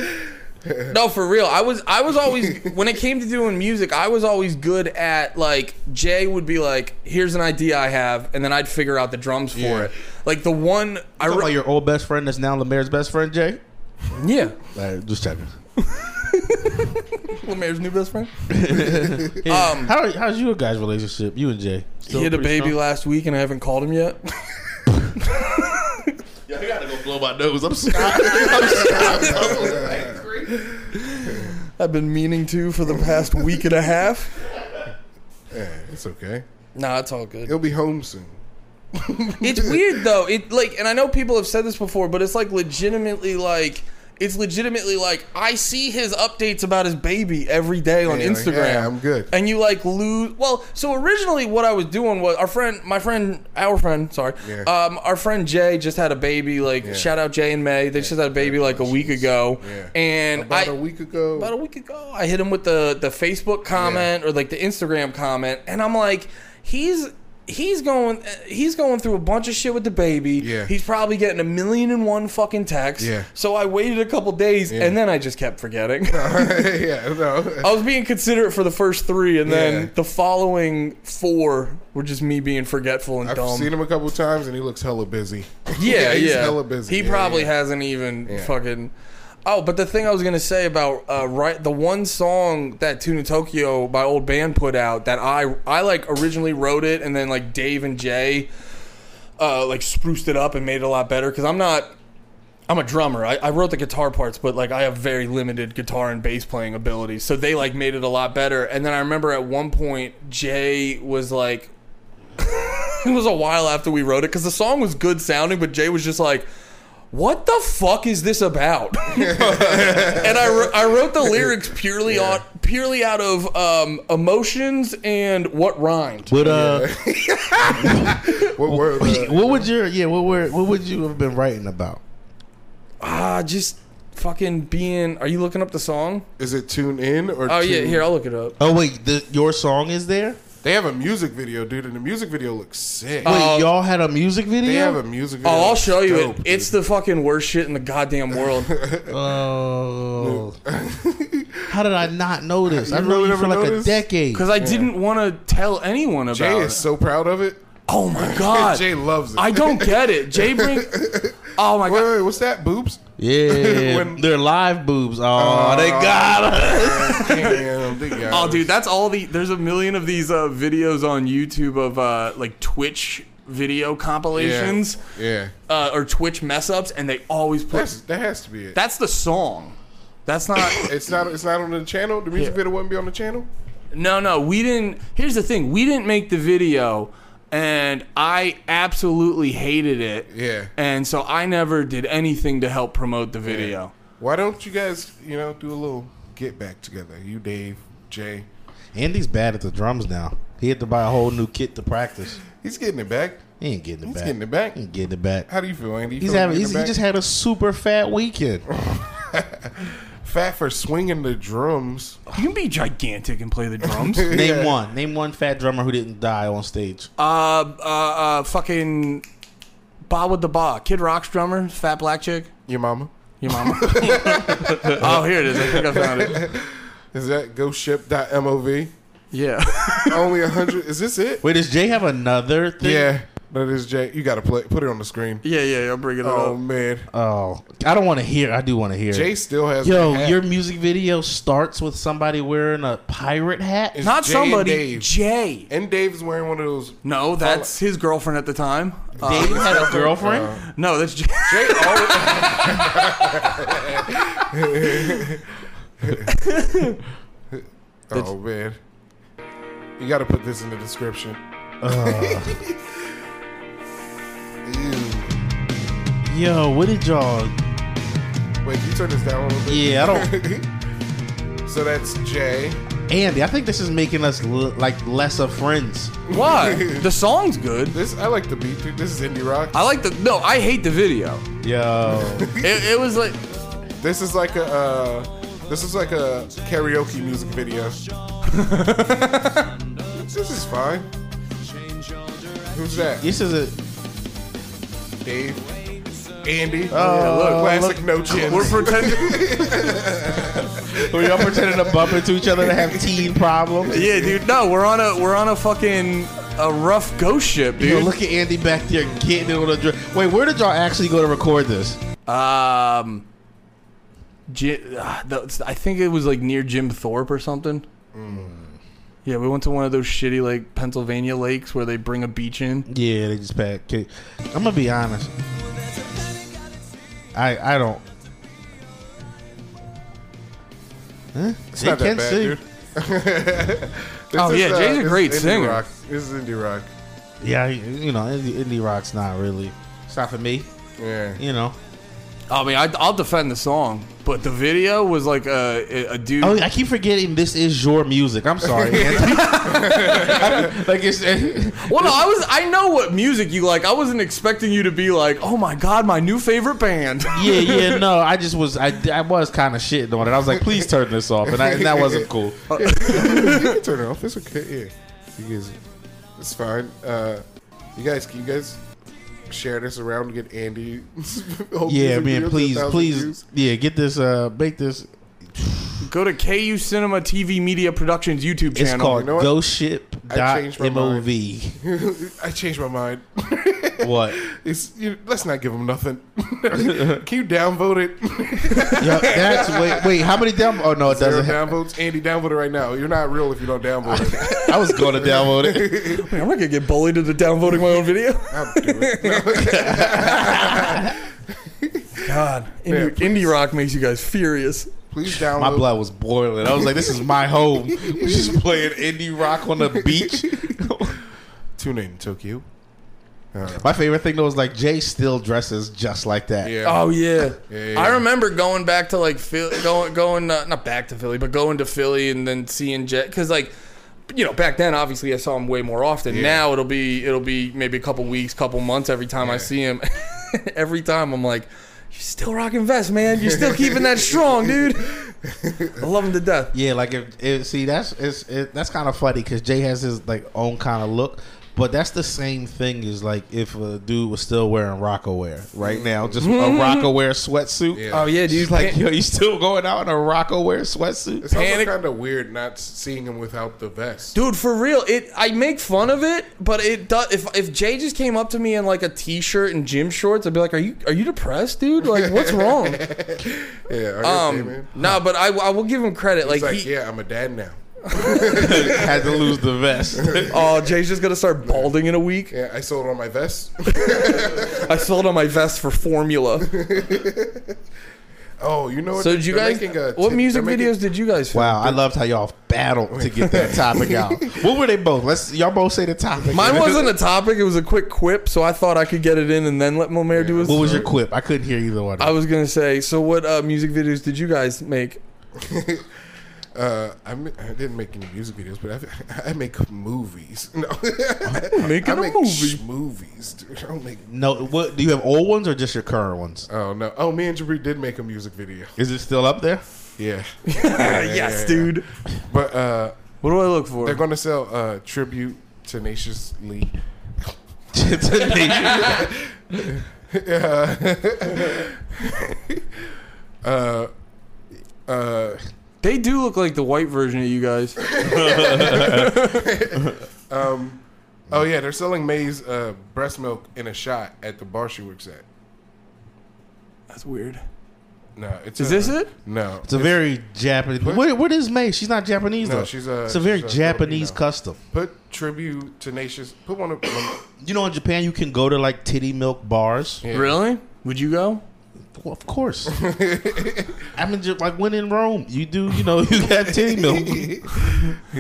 [SPEAKER 1] No, for real. I was I was
[SPEAKER 2] <laughs>
[SPEAKER 1] always when it came to doing music, I was always good at like Jay would be like, "Here's an idea I have," and then I'd figure out the drums for
[SPEAKER 2] Yeah.
[SPEAKER 1] it. Like the one I
[SPEAKER 2] Talking
[SPEAKER 1] wrote,
[SPEAKER 2] about your old best friend that's now Lemaire's best friend, Jay?
[SPEAKER 1] yeah,
[SPEAKER 2] All right, just
[SPEAKER 3] <laughs>
[SPEAKER 2] checking.
[SPEAKER 1] Lemaire's new best
[SPEAKER 2] <laughs>
[SPEAKER 1] friend.
[SPEAKER 2] Um, How are, how's your guys' relationship? You and Jay? Still
[SPEAKER 1] he had a
[SPEAKER 2] pretty
[SPEAKER 1] baby
[SPEAKER 2] strong?
[SPEAKER 1] last week, and I haven't called him
[SPEAKER 2] <laughs>
[SPEAKER 1] yet.
[SPEAKER 2] Yeah, I gotta go blow my nose.
[SPEAKER 1] <laughs>
[SPEAKER 2] I'm scared. I'm scared.
[SPEAKER 1] I've been meaning to for the past week and a half.
[SPEAKER 3] yeah, it's okay.
[SPEAKER 1] Nah, it's all good.
[SPEAKER 3] He'll be home soon.
[SPEAKER 1] <laughs> It's weird though. It like, and I know people have said this before, but it's like legitimately like. It's legitimately like I see his updates about his baby every day on
[SPEAKER 3] Yeah, like,
[SPEAKER 1] Instagram.
[SPEAKER 3] yeah, I'm good.
[SPEAKER 1] And you like lose. Well, so originally what I was doing was our friend, my friend, our friend, sorry,
[SPEAKER 3] Yeah.
[SPEAKER 1] um, our friend Jay just had a baby. Like shout out Jay and May, they just had a baby like a week ago.
[SPEAKER 3] Yeah. Oh,
[SPEAKER 1] And
[SPEAKER 3] About
[SPEAKER 1] I,
[SPEAKER 3] a week ago.
[SPEAKER 1] <laughs> about a week ago. I hit him with the the Facebook comment or like the Instagram comment, and I'm like, he's he's going he's going through a bunch of shit with the baby.
[SPEAKER 3] Yeah.
[SPEAKER 1] He's probably getting a million and one fucking texts.
[SPEAKER 3] Yeah.
[SPEAKER 1] So I waited a couple days, and then I just kept forgetting. <laughs>
[SPEAKER 3] <laughs> yeah, no.
[SPEAKER 1] I was being considerate for the first three, and
[SPEAKER 3] Yeah.
[SPEAKER 1] then the following four were just me being forgetful and
[SPEAKER 3] I've
[SPEAKER 1] dumb.
[SPEAKER 3] seen him a couple times and he looks hella busy. <laughs>
[SPEAKER 1] Yeah,
[SPEAKER 3] He's
[SPEAKER 1] yeah.
[SPEAKER 3] hella busy.
[SPEAKER 1] He
[SPEAKER 3] Yeah,
[SPEAKER 1] probably
[SPEAKER 3] yeah.
[SPEAKER 1] hasn't even
[SPEAKER 3] Yeah.
[SPEAKER 1] fucking. Oh, but the thing I was gonna say about uh, right, the one song that Tune in Tokyo by Old Band put out that I I like originally wrote it, and then like Dave and Jay, uh, like spruced it up and made it a lot better. Because I'm not. I'm a drummer. I, I wrote the guitar parts, but like I have very limited guitar and bass playing abilities. So they like made it a lot better. And then I remember at one point Jay was like, <laughs> it was a while after we wrote it because the song was good sounding, but Jay was just like, "What the fuck is this
[SPEAKER 3] <laughs>
[SPEAKER 1] about?" and I, wr- I wrote the lyrics purely on purely out of um, emotions and what rhymed.
[SPEAKER 2] But uh,
[SPEAKER 3] What
[SPEAKER 1] Oh,
[SPEAKER 3] uh, were the,
[SPEAKER 2] <laughs> what would your yeah? What were what would you have been writing about?
[SPEAKER 1] Ah, just fucking being. Are you looking up the song?
[SPEAKER 3] is it tune in or
[SPEAKER 1] Oh yeah,
[SPEAKER 3] Tune-
[SPEAKER 1] here I'll look it up.
[SPEAKER 2] Oh wait, the, your song is there.
[SPEAKER 3] They have a music video, dude, and the music video looks sick.
[SPEAKER 2] Wait,
[SPEAKER 1] Uh,
[SPEAKER 2] y'all had a music video.
[SPEAKER 3] they have a music video.
[SPEAKER 1] Oh, I'll show you
[SPEAKER 3] Dope,
[SPEAKER 1] it.
[SPEAKER 3] dude.
[SPEAKER 1] It's the fucking worst shit in the goddamn
[SPEAKER 3] <laughs>
[SPEAKER 1] world.
[SPEAKER 2] Oh, how did I not know this?
[SPEAKER 3] You
[SPEAKER 2] I've known
[SPEAKER 3] really
[SPEAKER 2] you for
[SPEAKER 3] never
[SPEAKER 2] like
[SPEAKER 3] noticed?
[SPEAKER 2] a decade.
[SPEAKER 1] Because I didn't want to tell anyone about
[SPEAKER 3] <laughs> Jay
[SPEAKER 1] it.
[SPEAKER 3] is so proud of it.
[SPEAKER 1] oh my god,
[SPEAKER 3] <laughs> Jay loves it.
[SPEAKER 1] I don't get
[SPEAKER 3] <laughs>
[SPEAKER 1] it. Jay bring. Oh my god.
[SPEAKER 3] Wait, wait, what's that? Boobs?
[SPEAKER 2] Yeah,
[SPEAKER 3] <laughs> When-
[SPEAKER 2] they're live boobs. Oh, they got us.
[SPEAKER 3] Damn,
[SPEAKER 1] <laughs>
[SPEAKER 3] they got
[SPEAKER 1] Oh,
[SPEAKER 3] it.
[SPEAKER 1] dude, that's all the. There's a million of these uh, videos on YouTube of uh, like Twitch video
[SPEAKER 3] Yeah.
[SPEAKER 1] compilations
[SPEAKER 3] yeah.
[SPEAKER 1] uh, or Twitch mess ups, and they always put.
[SPEAKER 3] That's,
[SPEAKER 1] That's,
[SPEAKER 3] that has to be it.
[SPEAKER 1] the song. That's not. <coughs>
[SPEAKER 3] it's not. It's not on the channel. The music
[SPEAKER 1] Yeah.
[SPEAKER 3] video wouldn't be on the channel.
[SPEAKER 1] no, no, we didn't. Here's the thing: we didn't make the video, and I absolutely hated it.
[SPEAKER 3] Yeah.
[SPEAKER 1] And so I never did anything to help promote the video.
[SPEAKER 3] Why don't you guys, you know, do a little get back together? You, Dave, Jay.
[SPEAKER 2] Andy's bad at the drums now. He had to buy a whole new kit to practice.
[SPEAKER 3] He's getting it back.
[SPEAKER 2] He ain't getting it
[SPEAKER 3] He's
[SPEAKER 2] back.
[SPEAKER 3] getting it back.
[SPEAKER 2] He ain't getting it back.
[SPEAKER 3] How do you feel, Andy? You
[SPEAKER 2] He's
[SPEAKER 3] feel
[SPEAKER 2] having.
[SPEAKER 3] getting
[SPEAKER 2] He's,
[SPEAKER 3] it
[SPEAKER 2] he
[SPEAKER 3] back?
[SPEAKER 2] just had a super fat
[SPEAKER 3] <laughs>
[SPEAKER 2] weekend.
[SPEAKER 3] fat for swinging the drums.
[SPEAKER 1] You can be gigantic and play the
[SPEAKER 3] <laughs>
[SPEAKER 1] drums.
[SPEAKER 2] Name one. Name one fat drummer who didn't die on stage.
[SPEAKER 1] Uh, uh, uh, fucking Ba with the Ba. Kid Rock's drummer, fat black chick.
[SPEAKER 3] Your mama.
[SPEAKER 1] Your
[SPEAKER 3] <laughs>
[SPEAKER 1] mama. oh, here it is. I think I found it.
[SPEAKER 3] Is
[SPEAKER 1] <laughs>
[SPEAKER 3] that ghostship.mov?
[SPEAKER 1] Yeah.
[SPEAKER 3] Only a hundred. Is this it?
[SPEAKER 2] Wait, does Jay have another thing?
[SPEAKER 3] Yeah. That is Jay. You got to play. Put it on the screen.
[SPEAKER 1] Yeah, yeah, I'll bring it
[SPEAKER 3] Oh
[SPEAKER 1] up.
[SPEAKER 3] man,
[SPEAKER 2] Oh, I don't want to hear. I do want to hear.
[SPEAKER 3] Jay
[SPEAKER 2] Jay,
[SPEAKER 3] still has.
[SPEAKER 2] Yo,
[SPEAKER 3] the hat.
[SPEAKER 2] your music video starts with somebody wearing a pirate hat.
[SPEAKER 3] It's
[SPEAKER 1] Not
[SPEAKER 3] Jay and
[SPEAKER 1] somebody,
[SPEAKER 3] Dave.
[SPEAKER 1] Jay.
[SPEAKER 3] and Dave's wearing one of those.
[SPEAKER 1] No, that's his girlfriend at the time. Uh,
[SPEAKER 3] <laughs>
[SPEAKER 2] Dave had a girlfriend.
[SPEAKER 1] no, that's Jay.
[SPEAKER 3] Jay always. oh man, <laughs> you got to put this in the description.
[SPEAKER 2] Yo, what did y'all?
[SPEAKER 3] Wait, can you turn this down a little bit?
[SPEAKER 2] Yeah, I
[SPEAKER 3] don't. <laughs> so that's Jay.
[SPEAKER 2] Andy, I think this is making us l- like less of friends.
[SPEAKER 1] Why? the song's good.
[SPEAKER 3] This I like the beat. Dude. This is indie rock.
[SPEAKER 1] I like the no. I hate the video.
[SPEAKER 3] <laughs>
[SPEAKER 2] Yo,
[SPEAKER 1] It, it was like
[SPEAKER 3] This is like a uh, this is like a karaoke music video. <laughs> this is fine. Who's that?
[SPEAKER 2] this is a
[SPEAKER 3] Dave. Andy. Uh,
[SPEAKER 2] Oh,
[SPEAKER 3] look, classic
[SPEAKER 2] look.
[SPEAKER 3] no chin.
[SPEAKER 1] uh, we're pretending.
[SPEAKER 2] we all pretending to bump into each other to have teen problems.
[SPEAKER 1] yeah, dude. No, we're on a we're on a fucking a rough ghost ship,
[SPEAKER 2] Yo,
[SPEAKER 1] dude.
[SPEAKER 2] look at Andy back there getting it on the dr- Wait, where did y'all actually go to record this?
[SPEAKER 1] Um, Ji- ah, the, I think it was like near Jim Thorpe or something.
[SPEAKER 2] Hmm.
[SPEAKER 1] Yeah, we went to one of those shitty like Pennsylvania lakes where they bring a beach in.
[SPEAKER 2] Yeah, they just packed. cake. I'm gonna be honest. I I don't. Huh?
[SPEAKER 3] It's not that bad, <laughs> dude. This uh,
[SPEAKER 1] Oh, yeah, Jay's a
[SPEAKER 3] this
[SPEAKER 1] great
[SPEAKER 3] indie
[SPEAKER 1] singer.
[SPEAKER 3] Rock. This is indie rock.
[SPEAKER 2] Yeah, you know, indie, indie rock's not really. It's not for me.
[SPEAKER 3] Yeah.
[SPEAKER 2] You know.
[SPEAKER 1] I mean, I, I'll defend the song, but the video was like a a, a dude.
[SPEAKER 2] Oh, I keep forgetting this is your music. I'm sorry. <laughs> like it's
[SPEAKER 1] Well, no, I was. I know what music you like. I wasn't expecting you to be like, oh my god, my new favorite band.
[SPEAKER 2] yeah, yeah. No, I just was. I, I was kind of shitting on it. I was like, please turn this off, and, I, and that wasn't cool.
[SPEAKER 3] you can <laughs> turn it off. It's okay. Yeah, you guys, it's fine. Uh, you guys, can you guys share this around and get Andy? <laughs>
[SPEAKER 2] Yeah, man. Please, please. Yeah, get this. Uh, make this.
[SPEAKER 1] <laughs> Go to KU Cinema TV Media Productions YouTube
[SPEAKER 2] It's
[SPEAKER 1] channel.
[SPEAKER 2] called
[SPEAKER 3] You know what?
[SPEAKER 2] Ghost Ship
[SPEAKER 3] I
[SPEAKER 2] dot
[SPEAKER 3] changed my mind.
[SPEAKER 2] mov.
[SPEAKER 3] <laughs> I changed my mind.
[SPEAKER 2] <laughs> What?
[SPEAKER 3] It's, you, let's not give him nothing.
[SPEAKER 1] <laughs>
[SPEAKER 3] can you downvote it? <laughs>
[SPEAKER 2] Yeah, that's <laughs> wait. Wait, how many down? Oh no, it
[SPEAKER 3] Zero
[SPEAKER 2] doesn't. Have,
[SPEAKER 3] downvotes. Andy, downvote it right now. You're not real if you don't downvote
[SPEAKER 2] <laughs>
[SPEAKER 3] it.
[SPEAKER 2] I was
[SPEAKER 3] <laughs>
[SPEAKER 2] going to download it.
[SPEAKER 1] Man, I'm not gonna get bullied into downvoting my own
[SPEAKER 2] <laughs>
[SPEAKER 1] video.
[SPEAKER 3] I'll do it.
[SPEAKER 1] God, indie, indie rock makes you guys furious. <laughs>
[SPEAKER 3] Please download. <laughs>
[SPEAKER 2] My blood was boiling. I was like, "This is my home." We just playing indie rock on the
[SPEAKER 3] <laughs>
[SPEAKER 2] beach.
[SPEAKER 3] Tune in Tokyo.
[SPEAKER 2] My favorite thing though is like Jay still dresses just like that.
[SPEAKER 3] Yeah.
[SPEAKER 1] Oh yeah.
[SPEAKER 3] Yeah, yeah.
[SPEAKER 1] I remember going back to like Philly, going going uh, not back to Philly, but going to Philly and then seeing Jet because like you know back then obviously I saw him way more often. Now it'll be it'll be maybe a couple weeks, couple months every time I see him. <laughs> every time I'm like, you're still rocking vest, man. You're still keeping that
[SPEAKER 3] <laughs>
[SPEAKER 1] strong, dude. I love him to death.
[SPEAKER 2] Yeah, like if, if see that's it's it, that's kind of funny because Jay has his like own kind of look, but that's the same thing as like if a dude was still wearing rockaware right now, just a rockaware sweatsuit.
[SPEAKER 3] Yeah.
[SPEAKER 1] Mm-hmm. Oh yeah, dude.
[SPEAKER 2] He's like, yo, you still going out in a rockaware sweatsuit?
[SPEAKER 3] It's also
[SPEAKER 1] Panic-
[SPEAKER 3] kind of weird not seeing him without the vest.
[SPEAKER 1] Dude, for real, it. I make fun of it, but it does. If if Jay just came up to me in like a t-shirt and gym shorts, I'd be like, "Are you are you depressed, dude? Like, what's wrong?"
[SPEAKER 3] Yeah, I gotta say,
[SPEAKER 1] Um,
[SPEAKER 3] man.
[SPEAKER 1] no, but I, I will give him credit. Like,
[SPEAKER 3] He's like,
[SPEAKER 1] he,
[SPEAKER 3] yeah, I'm a dad now.
[SPEAKER 2] <laughs> Had to lose the
[SPEAKER 3] <laughs>
[SPEAKER 2] vest.
[SPEAKER 1] oh, Jay's just gonna start balding in a week.
[SPEAKER 3] Yeah, I sold on my vest.
[SPEAKER 1] I sold on my vest for formula.
[SPEAKER 3] <laughs> oh, you know what?
[SPEAKER 1] So did you
[SPEAKER 3] They're
[SPEAKER 1] guys?
[SPEAKER 3] making a-
[SPEAKER 1] What
[SPEAKER 3] they're
[SPEAKER 1] music
[SPEAKER 3] making-
[SPEAKER 1] videos did you guys? Film?
[SPEAKER 2] Wow, I loved how y'all battled to get that topic
[SPEAKER 3] <laughs>
[SPEAKER 2] out. What were they both? Let's y'all both say the topic.
[SPEAKER 1] Mine wasn't a topic. It was a quick quip, so I thought I could get it in and then let Momer do his.
[SPEAKER 2] What was your quip? I couldn't hear either one.
[SPEAKER 1] I was gonna say. So, what uh, music videos did you guys make?
[SPEAKER 3] Uh, I, mi- I didn't make any music videos, but <laughs> I, I make movies. <laughs> No, <laughs>
[SPEAKER 1] Making
[SPEAKER 3] I
[SPEAKER 1] a
[SPEAKER 3] make
[SPEAKER 1] movie.
[SPEAKER 3] movies. Dude. I don't make.
[SPEAKER 2] No, what do you have old ones or just your current ones?
[SPEAKER 3] Oh no! Oh, me and Jabri did make a music video.
[SPEAKER 2] Is it still up there? <laughs>
[SPEAKER 1] <laughs>
[SPEAKER 3] Yeah,
[SPEAKER 1] yes, dude.
[SPEAKER 3] but uh,
[SPEAKER 1] What do I look for?
[SPEAKER 3] they're gonna sell uh, tribute Tenacious Lee.
[SPEAKER 2] It's a nation.
[SPEAKER 3] <laughs> Uh, uh,
[SPEAKER 1] They do look like the white version of you guys.
[SPEAKER 3] oh yeah, they're selling May's uh, breast milk in a shot at the bar she works at.
[SPEAKER 1] That's weird.
[SPEAKER 3] No, it's
[SPEAKER 1] Is
[SPEAKER 3] uh,
[SPEAKER 1] this it?
[SPEAKER 3] No,
[SPEAKER 2] It's a very Japanese. What, what is May? She's not Japanese
[SPEAKER 3] No,
[SPEAKER 2] though.
[SPEAKER 3] she's a-
[SPEAKER 2] It's a very
[SPEAKER 3] she's a
[SPEAKER 2] Japanese
[SPEAKER 3] Filipino.
[SPEAKER 2] custom.
[SPEAKER 3] put tribute Tenacious. Put one of.
[SPEAKER 2] You know, in Japan, you can go to like titty milk bars.
[SPEAKER 3] Yeah.
[SPEAKER 1] Really? Would you go?
[SPEAKER 2] Well, of
[SPEAKER 3] <laughs>
[SPEAKER 2] course. I mean, just like when in Rome, you do, you know, <laughs> you got titty
[SPEAKER 3] <laughs>
[SPEAKER 2] milk.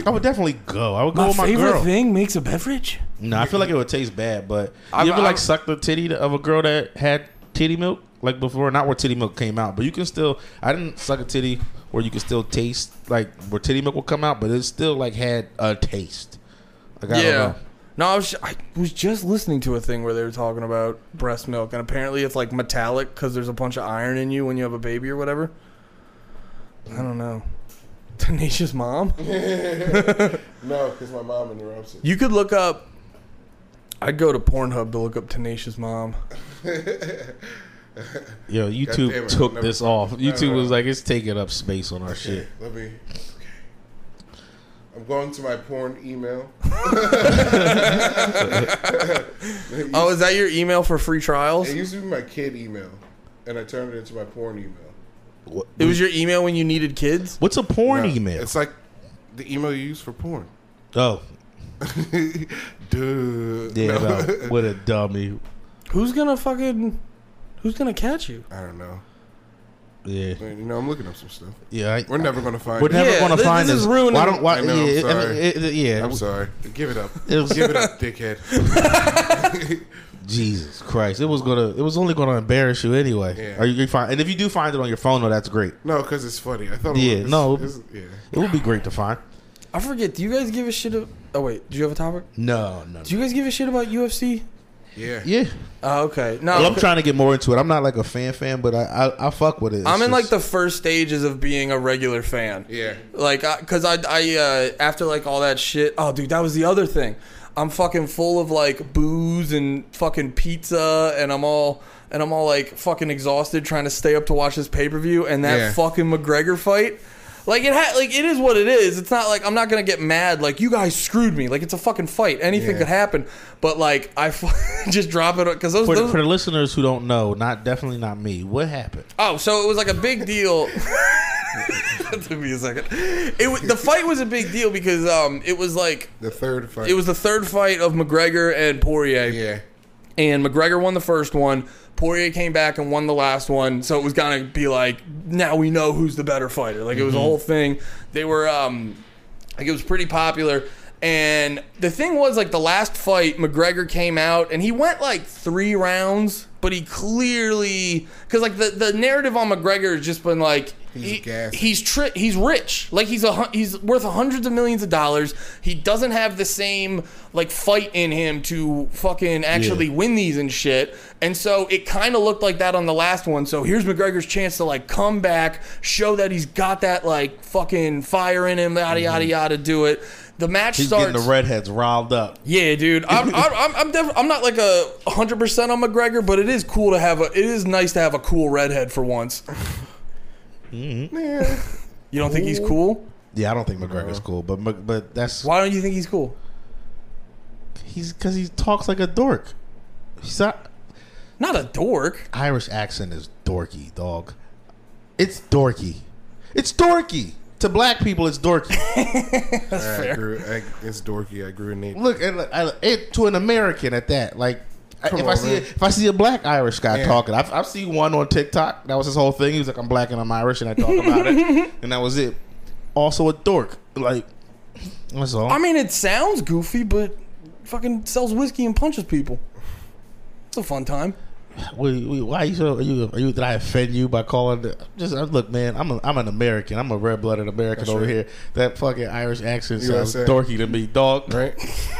[SPEAKER 2] I would definitely go. I would go
[SPEAKER 5] My
[SPEAKER 2] with my
[SPEAKER 5] favorite
[SPEAKER 2] girl.
[SPEAKER 5] thing makes a beverage.
[SPEAKER 2] No, I feel like it would taste bad, but
[SPEAKER 1] I've-
[SPEAKER 2] you ever like
[SPEAKER 1] I've-
[SPEAKER 2] suck the titty of a girl that had titty milk? Like before, not where titty milk came out, but you can still. I didn't suck a titty where you could still taste like where titty milk will come out, but it still like had a taste. Like, I don't
[SPEAKER 1] Yeah.
[SPEAKER 2] know.
[SPEAKER 1] No, I was, I was just listening to a thing where they were talking about breast milk, and apparently it's like metallic because there's a bunch of iron in you when you have a baby or whatever. I don't know. <laughs> Tenacious mom?
[SPEAKER 3] No, because my mom interrupts it.
[SPEAKER 1] You could look up. I'd go to Pornhub to look up Tenacious <laughs> Mom.
[SPEAKER 2] Yo, YouTube
[SPEAKER 3] damn it,
[SPEAKER 2] took
[SPEAKER 3] never-
[SPEAKER 2] this off. YouTube
[SPEAKER 3] no,
[SPEAKER 2] was
[SPEAKER 3] no.
[SPEAKER 2] like, it's taking up space on our shit.
[SPEAKER 3] Let me. Okay. I'm going to my porn email.
[SPEAKER 1] Oh, is that your email for free trials?
[SPEAKER 3] It used to be my kid email, and I turned it into my porn email.
[SPEAKER 2] What-
[SPEAKER 1] It was your email when you needed kids?
[SPEAKER 2] What's a porn
[SPEAKER 3] No,
[SPEAKER 2] email?
[SPEAKER 3] It's like the email you use for porn. <laughs>
[SPEAKER 2] oh,
[SPEAKER 3] Duh.
[SPEAKER 2] yeah,
[SPEAKER 3] No. <laughs>
[SPEAKER 2] no, what a dummy.
[SPEAKER 1] Who's gonna fucking. Who's gonna catch you?
[SPEAKER 3] I don't know.
[SPEAKER 2] Yeah,
[SPEAKER 3] Man, You know, I'm looking up some stuff.
[SPEAKER 2] yeah. I,
[SPEAKER 3] We're never gonna find.
[SPEAKER 2] We're
[SPEAKER 3] it.
[SPEAKER 2] never
[SPEAKER 1] Yeah,
[SPEAKER 2] gonna
[SPEAKER 1] this-
[SPEAKER 2] find
[SPEAKER 1] this
[SPEAKER 2] this.
[SPEAKER 1] is ruining-
[SPEAKER 2] Why don't? Why,
[SPEAKER 3] I know, I'm
[SPEAKER 2] yeah, I mean,
[SPEAKER 3] sorry.
[SPEAKER 2] it- it- yeah.
[SPEAKER 3] I'm sorry. Give it up.
[SPEAKER 2] <laughs> It was-
[SPEAKER 3] Give it up, dickhead. <laughs>
[SPEAKER 2] Jesus Christ! It was gonna. It was only gonna embarrass you anyway.
[SPEAKER 3] Yeah.
[SPEAKER 2] Are you you find? And if you do find it on your phone, though, that's great.
[SPEAKER 3] no, because it's funny. I thought.
[SPEAKER 2] Yeah,
[SPEAKER 3] It was,
[SPEAKER 2] no.
[SPEAKER 3] it's- yeah.
[SPEAKER 2] It would be great to find.
[SPEAKER 1] I forget. Do you guys give a shit? Of, oh wait, do you have a topic?
[SPEAKER 2] No, no.
[SPEAKER 1] Do you guys give a shit about UFC?
[SPEAKER 3] Yeah.
[SPEAKER 2] yeah.
[SPEAKER 1] Oh, okay. No,
[SPEAKER 2] Well, I'm trying to get more into it. I'm not like a fan fan, but I I, I fuck with it. It's
[SPEAKER 1] I'm in like
[SPEAKER 2] just-
[SPEAKER 1] the first stages of being a regular fan.
[SPEAKER 3] Yeah.
[SPEAKER 1] Like, I, cause I, I, uh, after like all that shit. Oh, dude, that was the other thing. I'm fucking full of like booze and fucking pizza, and I'm all, and I'm all like fucking exhausted trying to stay up to watch this pay per view and that
[SPEAKER 3] Yeah.
[SPEAKER 1] fucking McGregor fight. Like it ha- like it is what it is. It's not like I'm not gonna get mad. Like you guys screwed me. Like it's a fucking fight. Anything
[SPEAKER 3] Yeah.
[SPEAKER 1] could happen. But like I <laughs> f- just drop it because those,
[SPEAKER 2] For, the-
[SPEAKER 1] those
[SPEAKER 2] for the listeners who don't know, not definitely not me. What happened?
[SPEAKER 1] Oh, so it was like a big deal. <laughs> That took me a second. It wa- the fight was a big deal because um it was like
[SPEAKER 3] The third fight.
[SPEAKER 1] it was the third fight of McGregor and Poirier, <laughs>
[SPEAKER 3] Yeah.
[SPEAKER 1] and McGregor won the first one. Poirier came back and won the last one, so it was gonna be like now we know who's the better fighter. Like it was a whole thing. They were um like it was pretty popular. And the thing was, like the last fight, McGregor came out and he went like three rounds, but he clearly because like the, the narrative on McGregor has just been like
[SPEAKER 3] He's
[SPEAKER 1] he-
[SPEAKER 3] gassed.
[SPEAKER 1] he's tri- he's rich, like he's a hun- he's worth hundreds of millions of dollars. He doesn't have the same like fight in him to fucking actually win these and shit. And so it kind of looked like that on the last one. So here's McGregor's chance to like come back, show that he's got that like fucking fire in him, yada yada yada. Do it. The match
[SPEAKER 2] Mm-hmm. He's
[SPEAKER 1] starts.
[SPEAKER 2] getting the redheads riled up.
[SPEAKER 1] Yeah, dude. <laughs> I'm I'm I'm, I'm, def- I'm not like a hundred percent on McGregor, but it is cool to have a. It is nice to have a cool redhead for once.
[SPEAKER 3] Yeah.
[SPEAKER 1] You don't think he's Mm-hmm. cool?
[SPEAKER 2] Yeah, I don't think McGregor's cool, but Mc- but that's
[SPEAKER 1] Why don't you think he's cool?
[SPEAKER 2] he's because he talks like a dork. He's not.
[SPEAKER 1] Not a dork.
[SPEAKER 2] Irish accent is dorky, dog. It's dorky. It's dorky. To black people, it's dorky.
[SPEAKER 3] I grew, I, it's dorky. I grew in it.
[SPEAKER 2] Look, and I, it, to an American at that, like. I-
[SPEAKER 3] Come
[SPEAKER 2] if I
[SPEAKER 3] on,
[SPEAKER 2] see a,
[SPEAKER 3] man.
[SPEAKER 2] if I see a black Irish guy
[SPEAKER 3] Yeah.
[SPEAKER 2] talking, I've, I've seen one on TikTok. That was his whole thing. He was like, "I'm black and I'm Irish," and I talk about
[SPEAKER 3] <laughs>
[SPEAKER 2] it, and that was it. Also a dork, like that's all.
[SPEAKER 1] I mean, it sounds goofy, but fucking sells whiskey and punches people. It's a fun time.
[SPEAKER 2] Wait, wait, why are you so? Are you, are you? Did I offend you by calling? The, just uh, look, man. I'm a, I'm an American. I'm a red blooded American over
[SPEAKER 3] right.
[SPEAKER 2] here. That fucking Irish accent
[SPEAKER 3] You know
[SPEAKER 2] sounds
[SPEAKER 3] what I'm
[SPEAKER 2] dorky to me, dog.
[SPEAKER 3] Right.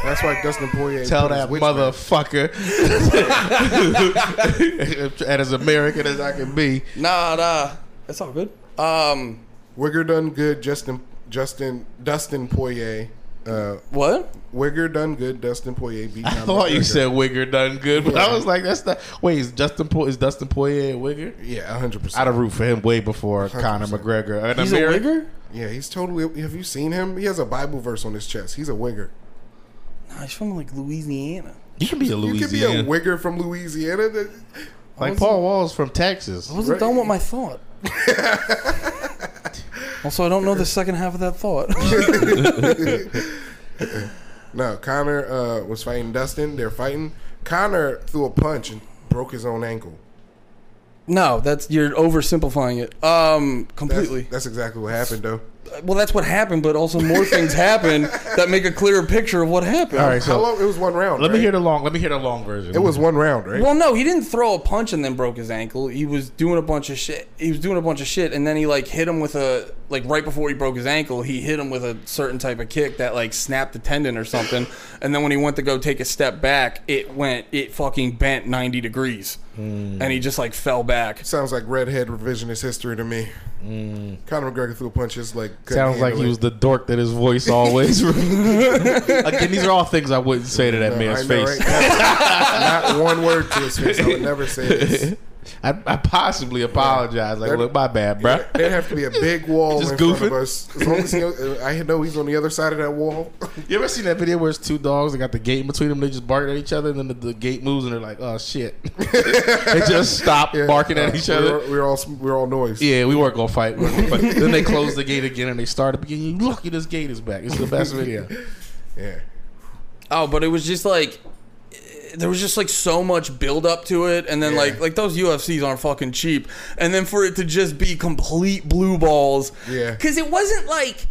[SPEAKER 3] That's why Dustin Poirier.
[SPEAKER 2] Tell
[SPEAKER 3] put his
[SPEAKER 2] that
[SPEAKER 3] witch <laughs>
[SPEAKER 2] motherfucker, and <laughs> as American as I can be,
[SPEAKER 1] Nah, nah. It's all good. Um,
[SPEAKER 3] Wigger done good. Justin Justin Dustin Poirier. Uh,
[SPEAKER 1] what?
[SPEAKER 3] Wigger done good. Dustin Poirier beat.
[SPEAKER 2] I
[SPEAKER 3] Conor
[SPEAKER 2] thought you
[SPEAKER 3] McGregor.
[SPEAKER 2] said Wigger done good, but I
[SPEAKER 3] Yeah.
[SPEAKER 2] was like, that's not. Wait, is Justin po- is Dustin Poirier a Wigger?
[SPEAKER 3] Yeah, hundred
[SPEAKER 2] I'd
[SPEAKER 3] percent.
[SPEAKER 2] have root for him way before Conor McGregor. An
[SPEAKER 1] He's
[SPEAKER 2] Ameri-
[SPEAKER 1] a wigger?
[SPEAKER 3] Yeah, he's totally. Have you seen him? He has a Bible verse on his chest. He's a Wigger.
[SPEAKER 1] Nah, he's from like Louisiana.
[SPEAKER 2] You can be a
[SPEAKER 3] You
[SPEAKER 2] Louisiana.
[SPEAKER 3] could be a Wigger from Louisiana. That,
[SPEAKER 2] like Paul Wall's from Texas.
[SPEAKER 1] I wasn't done with my
[SPEAKER 2] <laughs>
[SPEAKER 1] thought. also, I don't know the second half of that thought. <laughs>
[SPEAKER 3] no, Connor uh, was fighting Dustin. They're fighting. Connor threw a punch and broke his own ankle.
[SPEAKER 1] No, that's you're oversimplifying it. Um,
[SPEAKER 3] That's,
[SPEAKER 1] completely.
[SPEAKER 3] that's exactly what happened, though.
[SPEAKER 1] well, that's what happened, but also more things happen that make a clearer picture of what happened.
[SPEAKER 2] All right,
[SPEAKER 3] How
[SPEAKER 2] so
[SPEAKER 3] long? It was one round.
[SPEAKER 2] let me
[SPEAKER 3] right?
[SPEAKER 2] hear the long. Let me hear the long version.
[SPEAKER 3] It was one round, right?
[SPEAKER 1] Well, no, he didn't throw a punch and then broke his ankle. He was doing a bunch of shit. He was doing a bunch of shit, and then he like hit him with a like right before he broke his ankle. He hit him with a certain type of kick that like snapped the tendon or something. and then when he went to go take a step back, it went it fucking bent ninety degrees, and he just like fell back.
[SPEAKER 3] Sounds like redhead revisionist history to me. Conor McGregor threw a punch just like
[SPEAKER 2] <laughs>
[SPEAKER 3] couldn't
[SPEAKER 2] Mm. Sounds like he
[SPEAKER 3] handle
[SPEAKER 2] was
[SPEAKER 3] it.
[SPEAKER 2] the dork that his voice always.
[SPEAKER 3] <laughs>
[SPEAKER 2] Again, these are all things I wouldn't say to that
[SPEAKER 3] No, I
[SPEAKER 2] man's
[SPEAKER 3] know,
[SPEAKER 2] face.
[SPEAKER 3] right? Not one word to his face. I would never
[SPEAKER 2] <laughs>
[SPEAKER 3] say this.
[SPEAKER 2] I, I possibly apologize. Like,
[SPEAKER 3] They're-
[SPEAKER 2] look, my bad, bruh.
[SPEAKER 3] There'd have to be a big wall
[SPEAKER 2] just
[SPEAKER 3] in
[SPEAKER 2] goofing.
[SPEAKER 3] front of us. As long as he, I know he's on the other side of that wall.
[SPEAKER 2] You ever seen that video where it's two dogs? They got the gate in between them. They just bark at each other, and then the, the gate moves, and they're like, "Oh shit!" <laughs> they just stop barking at
[SPEAKER 3] Uh,
[SPEAKER 2] each
[SPEAKER 3] we
[SPEAKER 2] other.
[SPEAKER 3] We're, we were all we we're all noise.
[SPEAKER 2] yeah, we weren't gonna fight. We weren't gonna fight. then they close the gate again, and they start up again. You lucky this gate is back. It's the best video.
[SPEAKER 3] <laughs> yeah.
[SPEAKER 1] Oh, but it was just like there was just like so much build up to it, and then
[SPEAKER 3] Yeah.
[SPEAKER 1] like like those UFCs aren't fucking cheap, and then for it to just be complete blue balls,
[SPEAKER 3] Yeah.
[SPEAKER 1] because it wasn't like.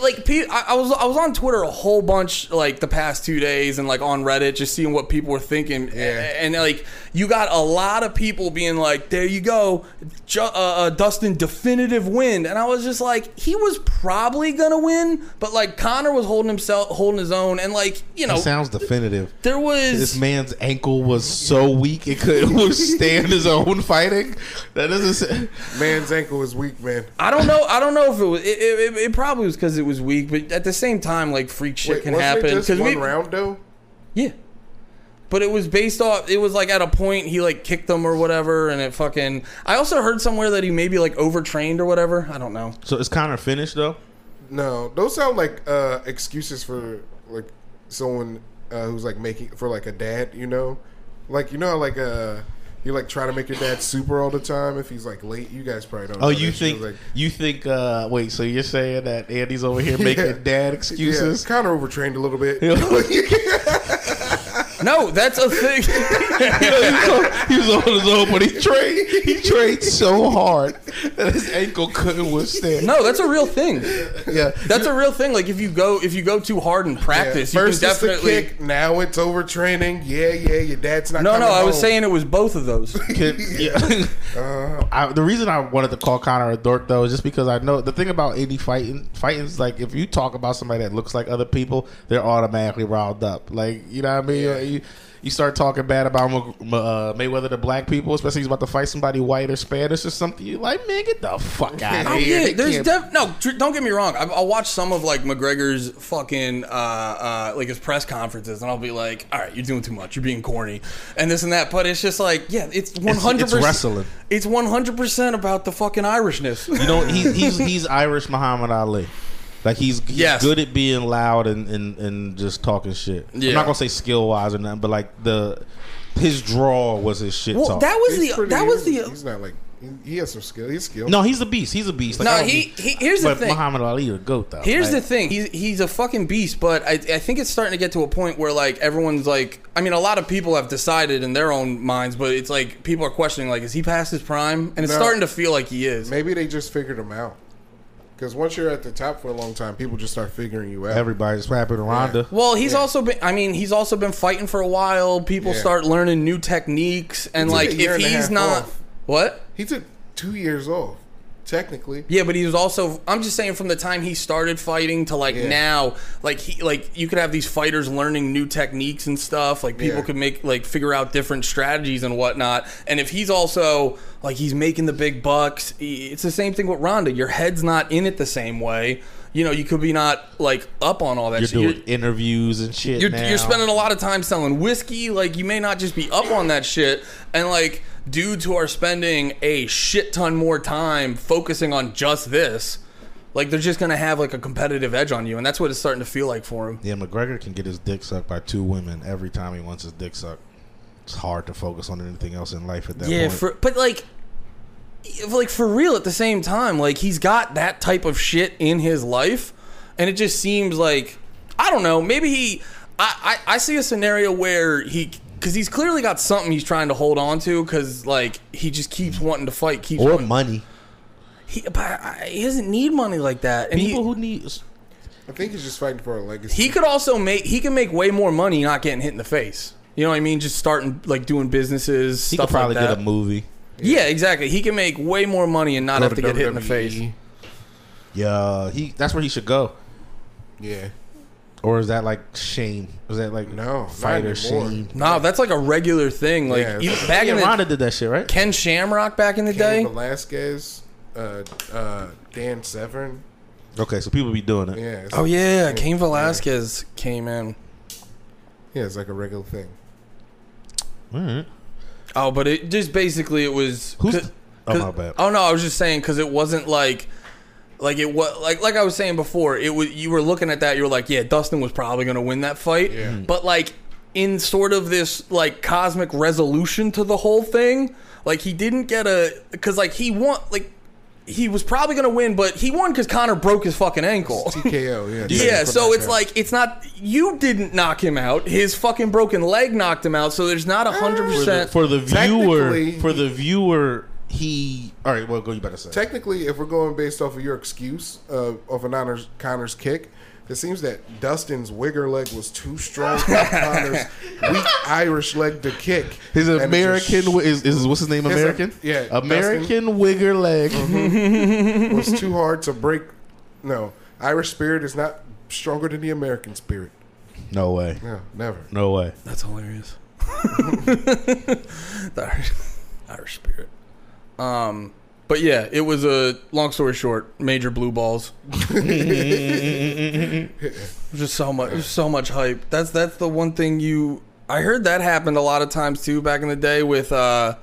[SPEAKER 1] Like pe- I I was, I was on Twitter a whole bunch like the past two days, and like on Reddit, just seeing what people were thinking.
[SPEAKER 3] Yeah.
[SPEAKER 1] And, like, you got a lot of people being like, "There you go, Ju- uh, uh, Dustin, definitive win." And I was just like, he was probably gonna win, but like Connor was holding himself, holding his own, and like you know,
[SPEAKER 2] It sounds definitive.
[SPEAKER 1] there
[SPEAKER 2] This
[SPEAKER 1] was
[SPEAKER 2] man's ankle was so weak it <laughs> couldn't withstand his own fighting. That doesn't. Say,
[SPEAKER 3] Man's ankle is weak, man.
[SPEAKER 1] I don't know I don't know if it was it, it, it- it probably was because it was weak, but at the same time like freak shit
[SPEAKER 3] Wait,
[SPEAKER 1] can
[SPEAKER 3] wasn't
[SPEAKER 1] happen
[SPEAKER 3] It just
[SPEAKER 1] 'Cause
[SPEAKER 3] one
[SPEAKER 1] we-
[SPEAKER 3] round though.
[SPEAKER 1] yeah. But it was based off. It was like at a point he like kicked them or whatever, and it fucking. I also heard somewhere that he maybe like overtrained or whatever. I don't know.
[SPEAKER 2] so it's Connor finished though.
[SPEAKER 3] No, those sound like uh, excuses for like someone uh, who's like making for like a dad, you know, like you know, how, like uh, you like try to make your dad super all the time if he's like late. You guys probably don't. know
[SPEAKER 2] Oh, you
[SPEAKER 3] that. She
[SPEAKER 2] think
[SPEAKER 3] was, like,
[SPEAKER 2] you think? uh Wait, so you're saying that Andy's over <laughs> here making
[SPEAKER 3] Yeah.
[SPEAKER 2] dad excuses?
[SPEAKER 3] Yeah, kind of overtrained a little
[SPEAKER 1] <laughs>
[SPEAKER 3] bit. <laughs>
[SPEAKER 2] You know, he
[SPEAKER 1] No, that's a thing. <laughs>
[SPEAKER 2] was on- he was on his own, but he trained. He trained so hard that his ankle couldn't withstand.
[SPEAKER 1] No, that's a real thing.
[SPEAKER 2] Yeah,
[SPEAKER 1] That's a real thing. Like if you go if you go too hard in practice, you
[SPEAKER 3] First
[SPEAKER 1] can
[SPEAKER 3] it's the
[SPEAKER 1] definitely.
[SPEAKER 3] kick. Now it's overtraining. Yeah, yeah. Your dad's not.
[SPEAKER 1] No,
[SPEAKER 3] coming
[SPEAKER 1] no, I was
[SPEAKER 3] home.
[SPEAKER 1] saying it was both of those.
[SPEAKER 2] Kid- yeah.
[SPEAKER 1] Uh-huh.
[SPEAKER 2] I, the reason I wanted to call Connor a dork though is just because I know the thing about any fighting fighting is like if you talk about somebody that looks like other people, they're automatically riled up. Like you know what I mean? You, you start talking bad about Mc- uh, Mayweather to black people, especially if he's about to fight somebody white or Spanish or something. You're like, man, get the
[SPEAKER 1] <laughs>
[SPEAKER 2] fuck out
[SPEAKER 1] Oh
[SPEAKER 2] of here!
[SPEAKER 1] yeah,
[SPEAKER 2] They
[SPEAKER 1] there's
[SPEAKER 2] can't-
[SPEAKER 1] def- no. tr- Don't get me wrong. I, I'll watch some of like McGregor's fucking uh, uh, like his press conferences, and I'll be like, "All right, you're doing too much. You're being corny, and this and that." But it's just like, yeah, it's 100.
[SPEAKER 2] it's wrestling.
[SPEAKER 1] It's 100 percent about the fucking Irishness.
[SPEAKER 2] You know, he's he's he's Irish Muhammad Ali. Like he's, he's
[SPEAKER 1] Yes.
[SPEAKER 2] good at being loud and, and, and just talking shit.
[SPEAKER 1] Yeah.
[SPEAKER 2] I'm not gonna say skill wise or nothing, but like the his draw was his shit
[SPEAKER 1] well,
[SPEAKER 2] <laughs> talk.
[SPEAKER 1] that was
[SPEAKER 3] He's
[SPEAKER 1] the
[SPEAKER 3] pretty-
[SPEAKER 1] that was
[SPEAKER 3] he's-
[SPEAKER 1] the
[SPEAKER 3] He's not like he, he has some skill. He's skilled.
[SPEAKER 2] no, he's a beast. He's a beast. Like,
[SPEAKER 1] No,
[SPEAKER 2] I don't
[SPEAKER 1] he-
[SPEAKER 2] mean-
[SPEAKER 1] he- here's the
[SPEAKER 2] but
[SPEAKER 1] thing.
[SPEAKER 2] Muhammad Ali a goat though.
[SPEAKER 1] Here's the
[SPEAKER 2] Like,
[SPEAKER 1] thing. He's he's a fucking beast, but I, I think it's starting to get to a point where like everyone's like I mean a lot of people have decided in their own minds, but it's like people are questioning like is he past his prime? And it's
[SPEAKER 3] No.
[SPEAKER 1] starting to feel like he is.
[SPEAKER 3] Maybe they just figured him out. Because once you're at the top for a long time, people just start figuring you out.
[SPEAKER 2] everybody's rapping Ronda.
[SPEAKER 1] Well, he's also been I mean, he's also been fighting for a while. People
[SPEAKER 3] Yeah.
[SPEAKER 1] start learning new techniques and
[SPEAKER 3] He took
[SPEAKER 1] like
[SPEAKER 3] a year
[SPEAKER 1] if
[SPEAKER 3] and a
[SPEAKER 1] he's
[SPEAKER 3] half
[SPEAKER 1] not
[SPEAKER 3] off.
[SPEAKER 1] what?
[SPEAKER 3] he took two years off, technically.
[SPEAKER 1] Yeah, but he was also. I'm just saying, from the time he started fighting to like
[SPEAKER 3] Yeah.
[SPEAKER 1] now, like he, like you could have these fighters learning new techniques and stuff. Like people
[SPEAKER 3] Yeah.
[SPEAKER 1] could make like figure out different strategies and whatnot. And if he's also like he's making the big bucks, he- it's the same thing with Ronda. Your head's not in it the same way. You know, you could be not like up on all that.
[SPEAKER 2] You're
[SPEAKER 1] shit.
[SPEAKER 2] doing interviews and shit.
[SPEAKER 1] You're,
[SPEAKER 2] now.
[SPEAKER 1] you're spending a lot of time selling whiskey. Like, you may not just be up on that shit. And, like, dudes who are spending a shit ton more time focusing on just this, like, they're just going to have, like, a competitive edge on you. And that's what it's starting to feel like for him.
[SPEAKER 2] Yeah, McGregor can get his dick sucked by two women every time he wants his dick sucked. It's hard to focus on anything else in life at that
[SPEAKER 1] Yeah,
[SPEAKER 2] point.
[SPEAKER 1] for, but, like, if, like, for real at the same time, like, he's got that type of shit in his life. And it just seems like, I don't know, maybe he. I, I, I see a scenario where he because he's clearly got something he's trying to hold on to. Because like he just keeps wanting to fight, keeps
[SPEAKER 2] or
[SPEAKER 1] wanting-
[SPEAKER 2] money.
[SPEAKER 1] He, but I- he doesn't need money like that. And he-
[SPEAKER 2] People who need
[SPEAKER 3] I think he's just fighting for a legacy.
[SPEAKER 1] he could also make he can make way more money not getting hit in the face. You know what I mean? Just starting like doing businesses.
[SPEAKER 2] he
[SPEAKER 1] stuff
[SPEAKER 2] could probably
[SPEAKER 1] like that.
[SPEAKER 2] get a movie.
[SPEAKER 1] Yeah, E. exactly. He can make way more money and not
[SPEAKER 3] Go
[SPEAKER 1] have to get hit in the
[SPEAKER 3] WWE.
[SPEAKER 1] face.
[SPEAKER 2] Yeah, he that's where he should go.
[SPEAKER 3] Yeah.
[SPEAKER 2] Or is that like shame? Is that like
[SPEAKER 3] No, not
[SPEAKER 2] fighter
[SPEAKER 3] anymore.
[SPEAKER 2] shame?
[SPEAKER 1] No, that's like a regular thing. Like
[SPEAKER 3] Yeah.
[SPEAKER 1] even back
[SPEAKER 2] Yeah,
[SPEAKER 1] in the,
[SPEAKER 2] Ronda did that shit, right?
[SPEAKER 1] Ken Shamrock back in the
[SPEAKER 3] Cain
[SPEAKER 1] day.
[SPEAKER 3] Velasquez, uh, uh, Dan Severn.
[SPEAKER 2] Okay, so people be doing it.
[SPEAKER 3] Yeah. It's
[SPEAKER 1] Oh
[SPEAKER 3] like,
[SPEAKER 1] yeah, Cain Velasquez came in.
[SPEAKER 3] Yeah, it's like a regular thing.
[SPEAKER 2] All right.
[SPEAKER 1] Oh, but it just basically it was.
[SPEAKER 2] Who's
[SPEAKER 1] cause-
[SPEAKER 2] the- oh, my
[SPEAKER 1] cause-
[SPEAKER 2] bad.
[SPEAKER 1] Oh no, I was just saying because it wasn't like. Like it was like like I was saying before, it was you were looking at that, you were like, yeah, Dustin was probably going to win that fight,
[SPEAKER 3] Yeah. Mhm.
[SPEAKER 1] but like in sort of this like cosmic resolution to the whole thing, like he didn't get a because like he won like he was probably going to win, but he won because Connor broke his fucking
[SPEAKER 3] <laughs>
[SPEAKER 1] ankle.
[SPEAKER 3] TKO. Yeah.
[SPEAKER 1] Yeah,
[SPEAKER 3] Taken from
[SPEAKER 1] so
[SPEAKER 3] that
[SPEAKER 1] it's
[SPEAKER 3] guy.
[SPEAKER 1] like it's not you didn't knock him out. His fucking broken leg knocked him out. So there's not a hundred
[SPEAKER 2] For the,
[SPEAKER 1] percent.
[SPEAKER 2] for the viewer,
[SPEAKER 3] Technically-
[SPEAKER 2] for the viewer, he. All right, well, go. You better say.
[SPEAKER 3] technically, if we're going based off of your excuse uh, of an honors, Connor's kick, it seems that Dustin's wigger leg was too strong for
[SPEAKER 2] <laughs>
[SPEAKER 3] Connor's weak Irish leg to kick.
[SPEAKER 2] His
[SPEAKER 3] And it just
[SPEAKER 2] American wi- is, is what's his name?
[SPEAKER 3] His, uh,
[SPEAKER 2] American,
[SPEAKER 3] yeah, Mm-hmm.
[SPEAKER 2] American wigger leg.
[SPEAKER 3] <laughs> was too hard to break. No, Irish spirit is not stronger than the American spirit.
[SPEAKER 2] <laughs> No way,
[SPEAKER 3] No, never.
[SPEAKER 2] no way.
[SPEAKER 1] That's hilarious. <laughs> the Irish, Irish spirit. Um, but yeah, it was a long story short, major blue
[SPEAKER 3] <laughs>
[SPEAKER 1] balls. just so much, there's so much hype. That's that's the one thing you. I heard that happened a lot of times too back in the day with uh,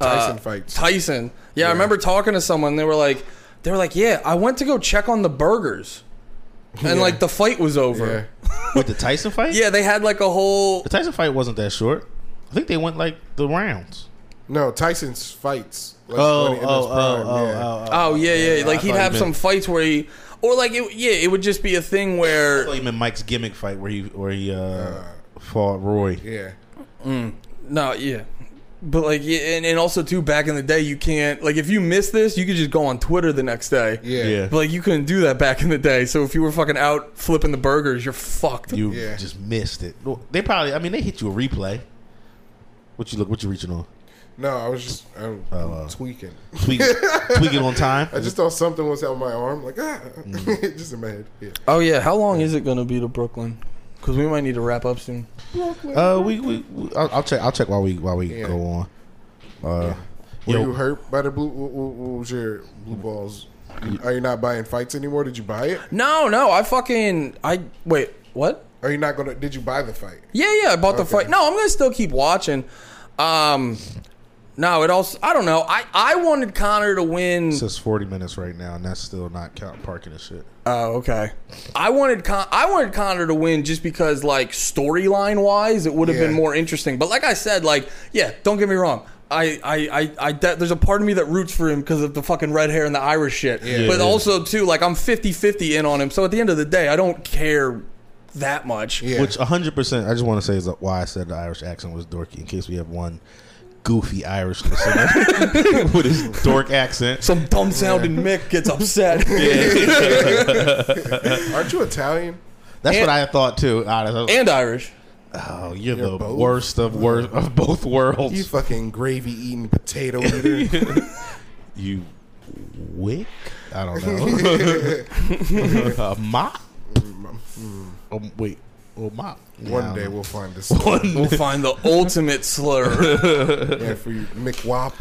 [SPEAKER 3] Tyson
[SPEAKER 1] uh,
[SPEAKER 3] fights.
[SPEAKER 1] Tyson. Yeah, I remember talking to someone. They were like, they were like, yeah, I went to go check on the burgers,
[SPEAKER 3] <laughs>
[SPEAKER 1] and like the fight was
[SPEAKER 3] yeah.
[SPEAKER 1] over.
[SPEAKER 2] With the Tyson fight,
[SPEAKER 1] Yeah, they had like a whole.
[SPEAKER 2] the Tyson fight wasn't that short. I think they went like the rounds.
[SPEAKER 3] No, Tyson's fights. Like,
[SPEAKER 2] Oh,
[SPEAKER 3] when he-
[SPEAKER 2] oh,
[SPEAKER 3] in his
[SPEAKER 2] oh,
[SPEAKER 3] prime,
[SPEAKER 2] oh,
[SPEAKER 3] yeah.
[SPEAKER 2] oh, oh.
[SPEAKER 1] Oh yeah, yeah. like
[SPEAKER 2] I
[SPEAKER 1] he'd
[SPEAKER 2] thought
[SPEAKER 1] have
[SPEAKER 2] you
[SPEAKER 1] some
[SPEAKER 2] meant-
[SPEAKER 1] fights where he, or like it, yeah, it would just be a thing where
[SPEAKER 2] I thought you meant Mike's gimmick fight where he where he uh, fought Roy.
[SPEAKER 3] Yeah.
[SPEAKER 1] no, yeah. But like, yeah, and, and also too, back in the day, you can't like if you miss this, you could just go on Twitter the next day.
[SPEAKER 3] Yeah.
[SPEAKER 2] Yeah.
[SPEAKER 1] But like you couldn't do that back in the day. So if you were fucking out flipping the burgers, you're fucked.
[SPEAKER 2] You
[SPEAKER 3] Yeah.
[SPEAKER 2] just missed it. They probably. I mean, they hit you a replay. What you look? What you reaching on?
[SPEAKER 3] No, I was just I'm
[SPEAKER 2] Oh,
[SPEAKER 3] tweaking.
[SPEAKER 2] Tweak,
[SPEAKER 3] <laughs>
[SPEAKER 2] tweak it on time.
[SPEAKER 3] I just thought something was on my arm, like ah, <laughs>
[SPEAKER 2] Mm.
[SPEAKER 3] just in my head. Yeah.
[SPEAKER 1] oh yeah, how long is it gonna be to Brooklyn? Because we might need to wrap up soon.
[SPEAKER 2] Uh, we, we, we I'll, I'll check. I'll check while we while we
[SPEAKER 3] Yeah.
[SPEAKER 2] go on. Uh,
[SPEAKER 3] Were
[SPEAKER 2] yo,
[SPEAKER 3] you hurt by the blue? What, what- what was your blue balls? Are you not buying fights anymore? Did you buy it?
[SPEAKER 1] No, no, I fucking I wait. What?
[SPEAKER 3] Are you not gonna? Did you buy the fight?
[SPEAKER 1] Yeah, yeah, I bought the fight. No, I'm gonna still keep watching. Um, no, it also I don't know. I I wanted Connor to win.
[SPEAKER 2] it says forty minutes right now, and that's still not count parking and shit.
[SPEAKER 1] Oh, okay. I wanted Con- I wanted Connor to win just because like storyline wise, it would have been
[SPEAKER 3] Yeah.
[SPEAKER 1] more interesting. But like I said, like yeah, don't get me wrong. I I I, I de- there's a part of me that roots for him because of the fucking red hair and the Irish shit. but
[SPEAKER 2] Yeah.
[SPEAKER 1] also too, like I'm 50-50 in on him. So at the end of the day, I don't care that much.
[SPEAKER 3] Yeah.
[SPEAKER 2] Which hundred percent, I just want to say is why I said the Irish accent was dorky. In case we have one goofy Irish listener <laughs> with his dork accent.
[SPEAKER 1] Some dumb sounding Mick gets upset.
[SPEAKER 3] Aren't you Italian?
[SPEAKER 2] That's
[SPEAKER 1] And-
[SPEAKER 2] what I thought too. Honest, I was like,
[SPEAKER 1] and Irish.
[SPEAKER 2] oh, you're, the
[SPEAKER 3] both.
[SPEAKER 2] worst of worst of both worlds.
[SPEAKER 3] You fucking gravy
[SPEAKER 2] <laughs>
[SPEAKER 3] eating potato eater.
[SPEAKER 2] you wick? I don't know. uh, mop? Um, wait, well, mop.
[SPEAKER 3] One day we'll find this one
[SPEAKER 1] We'll find the ultimate slur.
[SPEAKER 3] yeah, for you, McWop.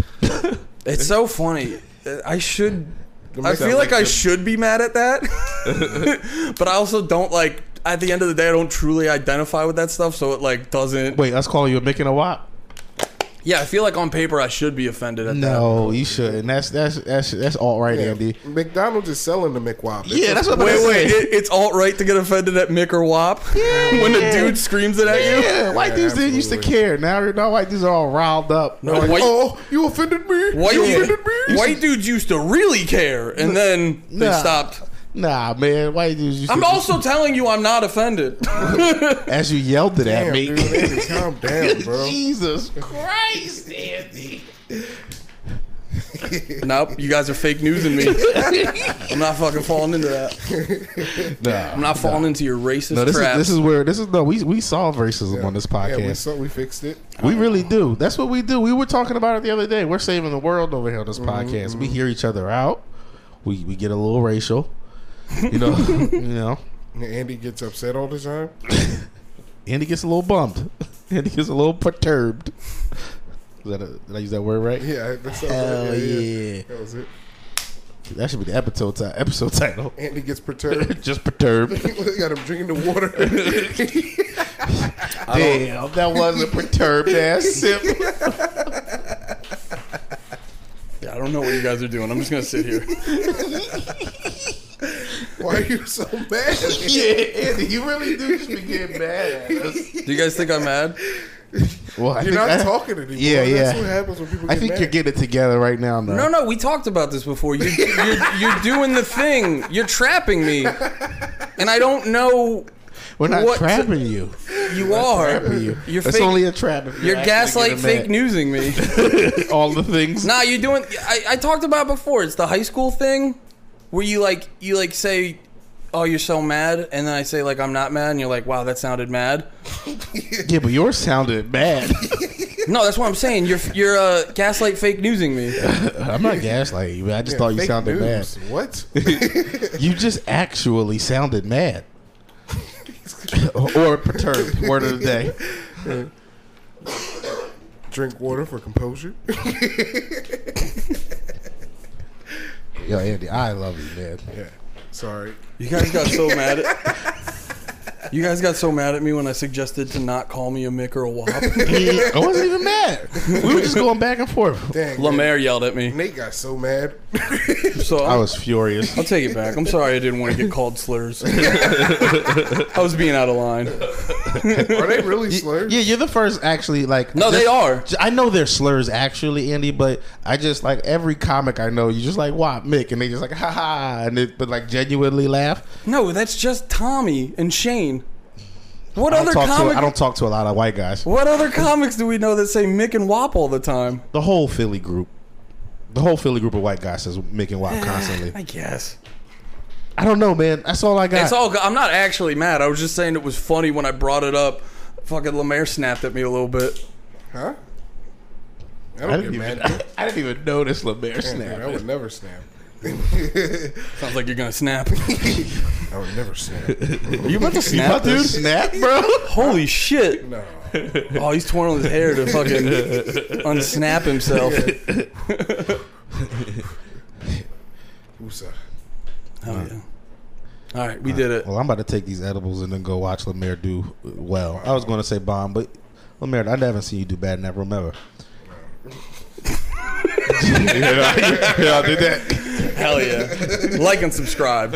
[SPEAKER 1] It's so funny. I should. I
[SPEAKER 3] make that
[SPEAKER 1] feel like
[SPEAKER 3] like
[SPEAKER 1] I
[SPEAKER 3] the-
[SPEAKER 1] should be mad at that, but I also don't like. At the end of the day, I don't truly identify with that stuff, so it like doesn't.
[SPEAKER 2] Wait, us calling you a Mick and a wop?
[SPEAKER 1] Yeah, I feel like on paper I should be offended at that.
[SPEAKER 2] No, you shouldn't. That's that's that's that's all right, Andy.
[SPEAKER 3] McDonald's is selling the McWop. It's
[SPEAKER 2] Yeah, that's what.
[SPEAKER 1] Wait, wait. It, it's alt right to get offended at Mick or Wop when a dude screams it at you.
[SPEAKER 2] Yeah, white
[SPEAKER 3] Yeah,
[SPEAKER 2] dudes didn't used to
[SPEAKER 3] absolutely.
[SPEAKER 2] care. Now, now white dudes are all riled up.
[SPEAKER 1] No,
[SPEAKER 3] like,
[SPEAKER 1] white,
[SPEAKER 3] oh, you offended me.
[SPEAKER 1] white,
[SPEAKER 3] you offended me.
[SPEAKER 1] white dudes used to really care, and then they
[SPEAKER 2] Nah.
[SPEAKER 1] stopped.
[SPEAKER 2] Nah, man. Why did you?
[SPEAKER 1] I'm also telling you, I'm not offended. <laughs>
[SPEAKER 2] as you yelled it at
[SPEAKER 3] Damn,
[SPEAKER 2] me.
[SPEAKER 3] dude, Andy, calm
[SPEAKER 2] <laughs>
[SPEAKER 3] down, bro.
[SPEAKER 2] Jesus Christ, Andy.
[SPEAKER 1] nope, you guys are fake newsing me. I'm not fucking falling into that.
[SPEAKER 2] Nah.
[SPEAKER 1] I'm not falling into your racist
[SPEAKER 2] No, this is,
[SPEAKER 1] traps.
[SPEAKER 2] this is where this is no. We we solve racism on this podcast.
[SPEAKER 3] Yeah, we, saw, we fixed it.
[SPEAKER 2] We really do. That's what we do. We were talking about it the other day. We're saving the world over here on
[SPEAKER 3] Mm-hmm,
[SPEAKER 2] this podcast. We hear each other out. We we get a little racial. You
[SPEAKER 3] <laughs>
[SPEAKER 2] know, you know.
[SPEAKER 3] Andy gets upset all the time. <laughs>
[SPEAKER 2] Andy gets a little bummed. <laughs> Andy gets a little perturbed. Is that a, did I use that word right?
[SPEAKER 3] Yeah, that's all
[SPEAKER 2] Hell
[SPEAKER 3] that-
[SPEAKER 2] yeah.
[SPEAKER 3] That was it.
[SPEAKER 2] That should be the episode ti- episode title.
[SPEAKER 3] Andy gets perturbed. <laughs>
[SPEAKER 2] Just perturbed.
[SPEAKER 3] Look at him drinking the
[SPEAKER 2] <laughs>
[SPEAKER 3] water. <laughs>
[SPEAKER 2] Damn, that was a perturbed ass
[SPEAKER 3] <laughs>
[SPEAKER 2] sip.
[SPEAKER 1] I don't know what you guys are doing. I'm just gonna sit here.
[SPEAKER 3] Why are you so mad?
[SPEAKER 2] <laughs> yeah, Andy, you really do just be getting mad at us.
[SPEAKER 1] Do you guys think I'm mad?
[SPEAKER 2] Well, I
[SPEAKER 3] You're
[SPEAKER 2] think
[SPEAKER 3] not
[SPEAKER 2] I-
[SPEAKER 3] talking anymore.
[SPEAKER 2] Yeah, yeah.
[SPEAKER 3] That's what happens when people
[SPEAKER 2] I
[SPEAKER 3] get
[SPEAKER 2] think
[SPEAKER 3] mad.
[SPEAKER 2] you're getting it together right now, though.
[SPEAKER 1] No, no, we talked about this before. You're, you're, you're doing the thing. You're trapping me, and I don't know
[SPEAKER 2] We're not
[SPEAKER 1] What-
[SPEAKER 2] trapping you.
[SPEAKER 1] you are.
[SPEAKER 2] Trapping you.
[SPEAKER 1] <laughs> You're
[SPEAKER 2] That's
[SPEAKER 1] fake.
[SPEAKER 2] only a trap. If
[SPEAKER 1] you're gaslight fake
[SPEAKER 2] news.
[SPEAKER 1] newsing me.
[SPEAKER 2] <laughs> All the things.
[SPEAKER 1] Nah, you're doing. I, I talked about before. It's the high school thing, where you like you like say, "Oh, you're so mad," and then I say like I'm not mad, and you're like, "Wow, that sounded mad."
[SPEAKER 2] Yeah, but yours sounded
[SPEAKER 1] <laughs>
[SPEAKER 2] bad.
[SPEAKER 1] No, that's what I'm saying. You're you're uh, gaslight fake newsing me.
[SPEAKER 2] I'm not gaslighting you. but I just
[SPEAKER 3] Yeah,
[SPEAKER 2] thought you
[SPEAKER 3] fake
[SPEAKER 2] sounded
[SPEAKER 3] news.
[SPEAKER 2] <laughs>
[SPEAKER 3] What?
[SPEAKER 2] mad. You just actually sounded mad. <laughs> or perturbed. Word of the day.
[SPEAKER 3] Drink water for
[SPEAKER 2] <laughs>
[SPEAKER 3] composure.
[SPEAKER 2] Yo, Andy, I love you, man.
[SPEAKER 3] yeah. Sorry.
[SPEAKER 1] You guys got so mad at. <laughs> You guys got so mad at me when I suggested to not call me a Mick or a <laughs> Wop.
[SPEAKER 2] I wasn't even mad. We were just going back and forth.
[SPEAKER 3] Dang.
[SPEAKER 1] Lemaire yelled at me,
[SPEAKER 3] Nate got so mad.
[SPEAKER 1] so
[SPEAKER 2] I
[SPEAKER 1] I'll,
[SPEAKER 2] was furious.
[SPEAKER 1] I'll take it back. I'm sorry I didn't want to get called <laughs> slurs. I was being out of line.
[SPEAKER 3] Are they really
[SPEAKER 2] <laughs>
[SPEAKER 3] slurs?
[SPEAKER 2] Yeah, you're the first actually like
[SPEAKER 1] No, they are.
[SPEAKER 2] I know they're slurs actually, Andy, but I just like every comic I know, you just like wop Mick and they just like ha ha and it but like genuinely laugh.
[SPEAKER 1] No, that's just Tommy and Shane. What
[SPEAKER 2] I don't,
[SPEAKER 1] other
[SPEAKER 2] talk
[SPEAKER 1] comic?
[SPEAKER 2] to, I don't talk to a lot of white guys.
[SPEAKER 1] What other comics do we know that say Mick and Wop all the time?
[SPEAKER 2] The whole Philly group. The whole Philly group of white guys says Mick
[SPEAKER 1] <sighs>
[SPEAKER 2] and Wop constantly.
[SPEAKER 1] I guess
[SPEAKER 2] I don't know, man. That's all I got.
[SPEAKER 1] it's all. go- I'm not actually mad. I was just saying it was funny when I brought it up. Fucking Lemaire snapped at me a little bit.
[SPEAKER 3] Huh? I
[SPEAKER 2] I
[SPEAKER 3] don't
[SPEAKER 2] didn't,
[SPEAKER 3] get mad.
[SPEAKER 2] <laughs> even,
[SPEAKER 3] at
[SPEAKER 2] I didn't even notice LeBear
[SPEAKER 3] that. Dude, I
[SPEAKER 2] snap.
[SPEAKER 3] would never snap.
[SPEAKER 1] Sounds like you're gonna snap.
[SPEAKER 3] I would
[SPEAKER 2] <laughs>
[SPEAKER 3] never snap.
[SPEAKER 1] Are you about to
[SPEAKER 2] You
[SPEAKER 1] snap,
[SPEAKER 2] about to
[SPEAKER 1] dude?
[SPEAKER 2] snap, bro?
[SPEAKER 1] Holy shit!
[SPEAKER 3] No.
[SPEAKER 1] Oh, he's twirling his hair to fucking unsnap himself.
[SPEAKER 3] Usa.
[SPEAKER 1] Oh, yeah. All right, we did it.
[SPEAKER 2] Well, I'm about to take these edibles and then go watch Lemaire do well. I was going to say bomb, but Lemaire, I haven't seen you do bad in that room ever. yeah, I did that.
[SPEAKER 1] Hell yeah! Like and subscribe.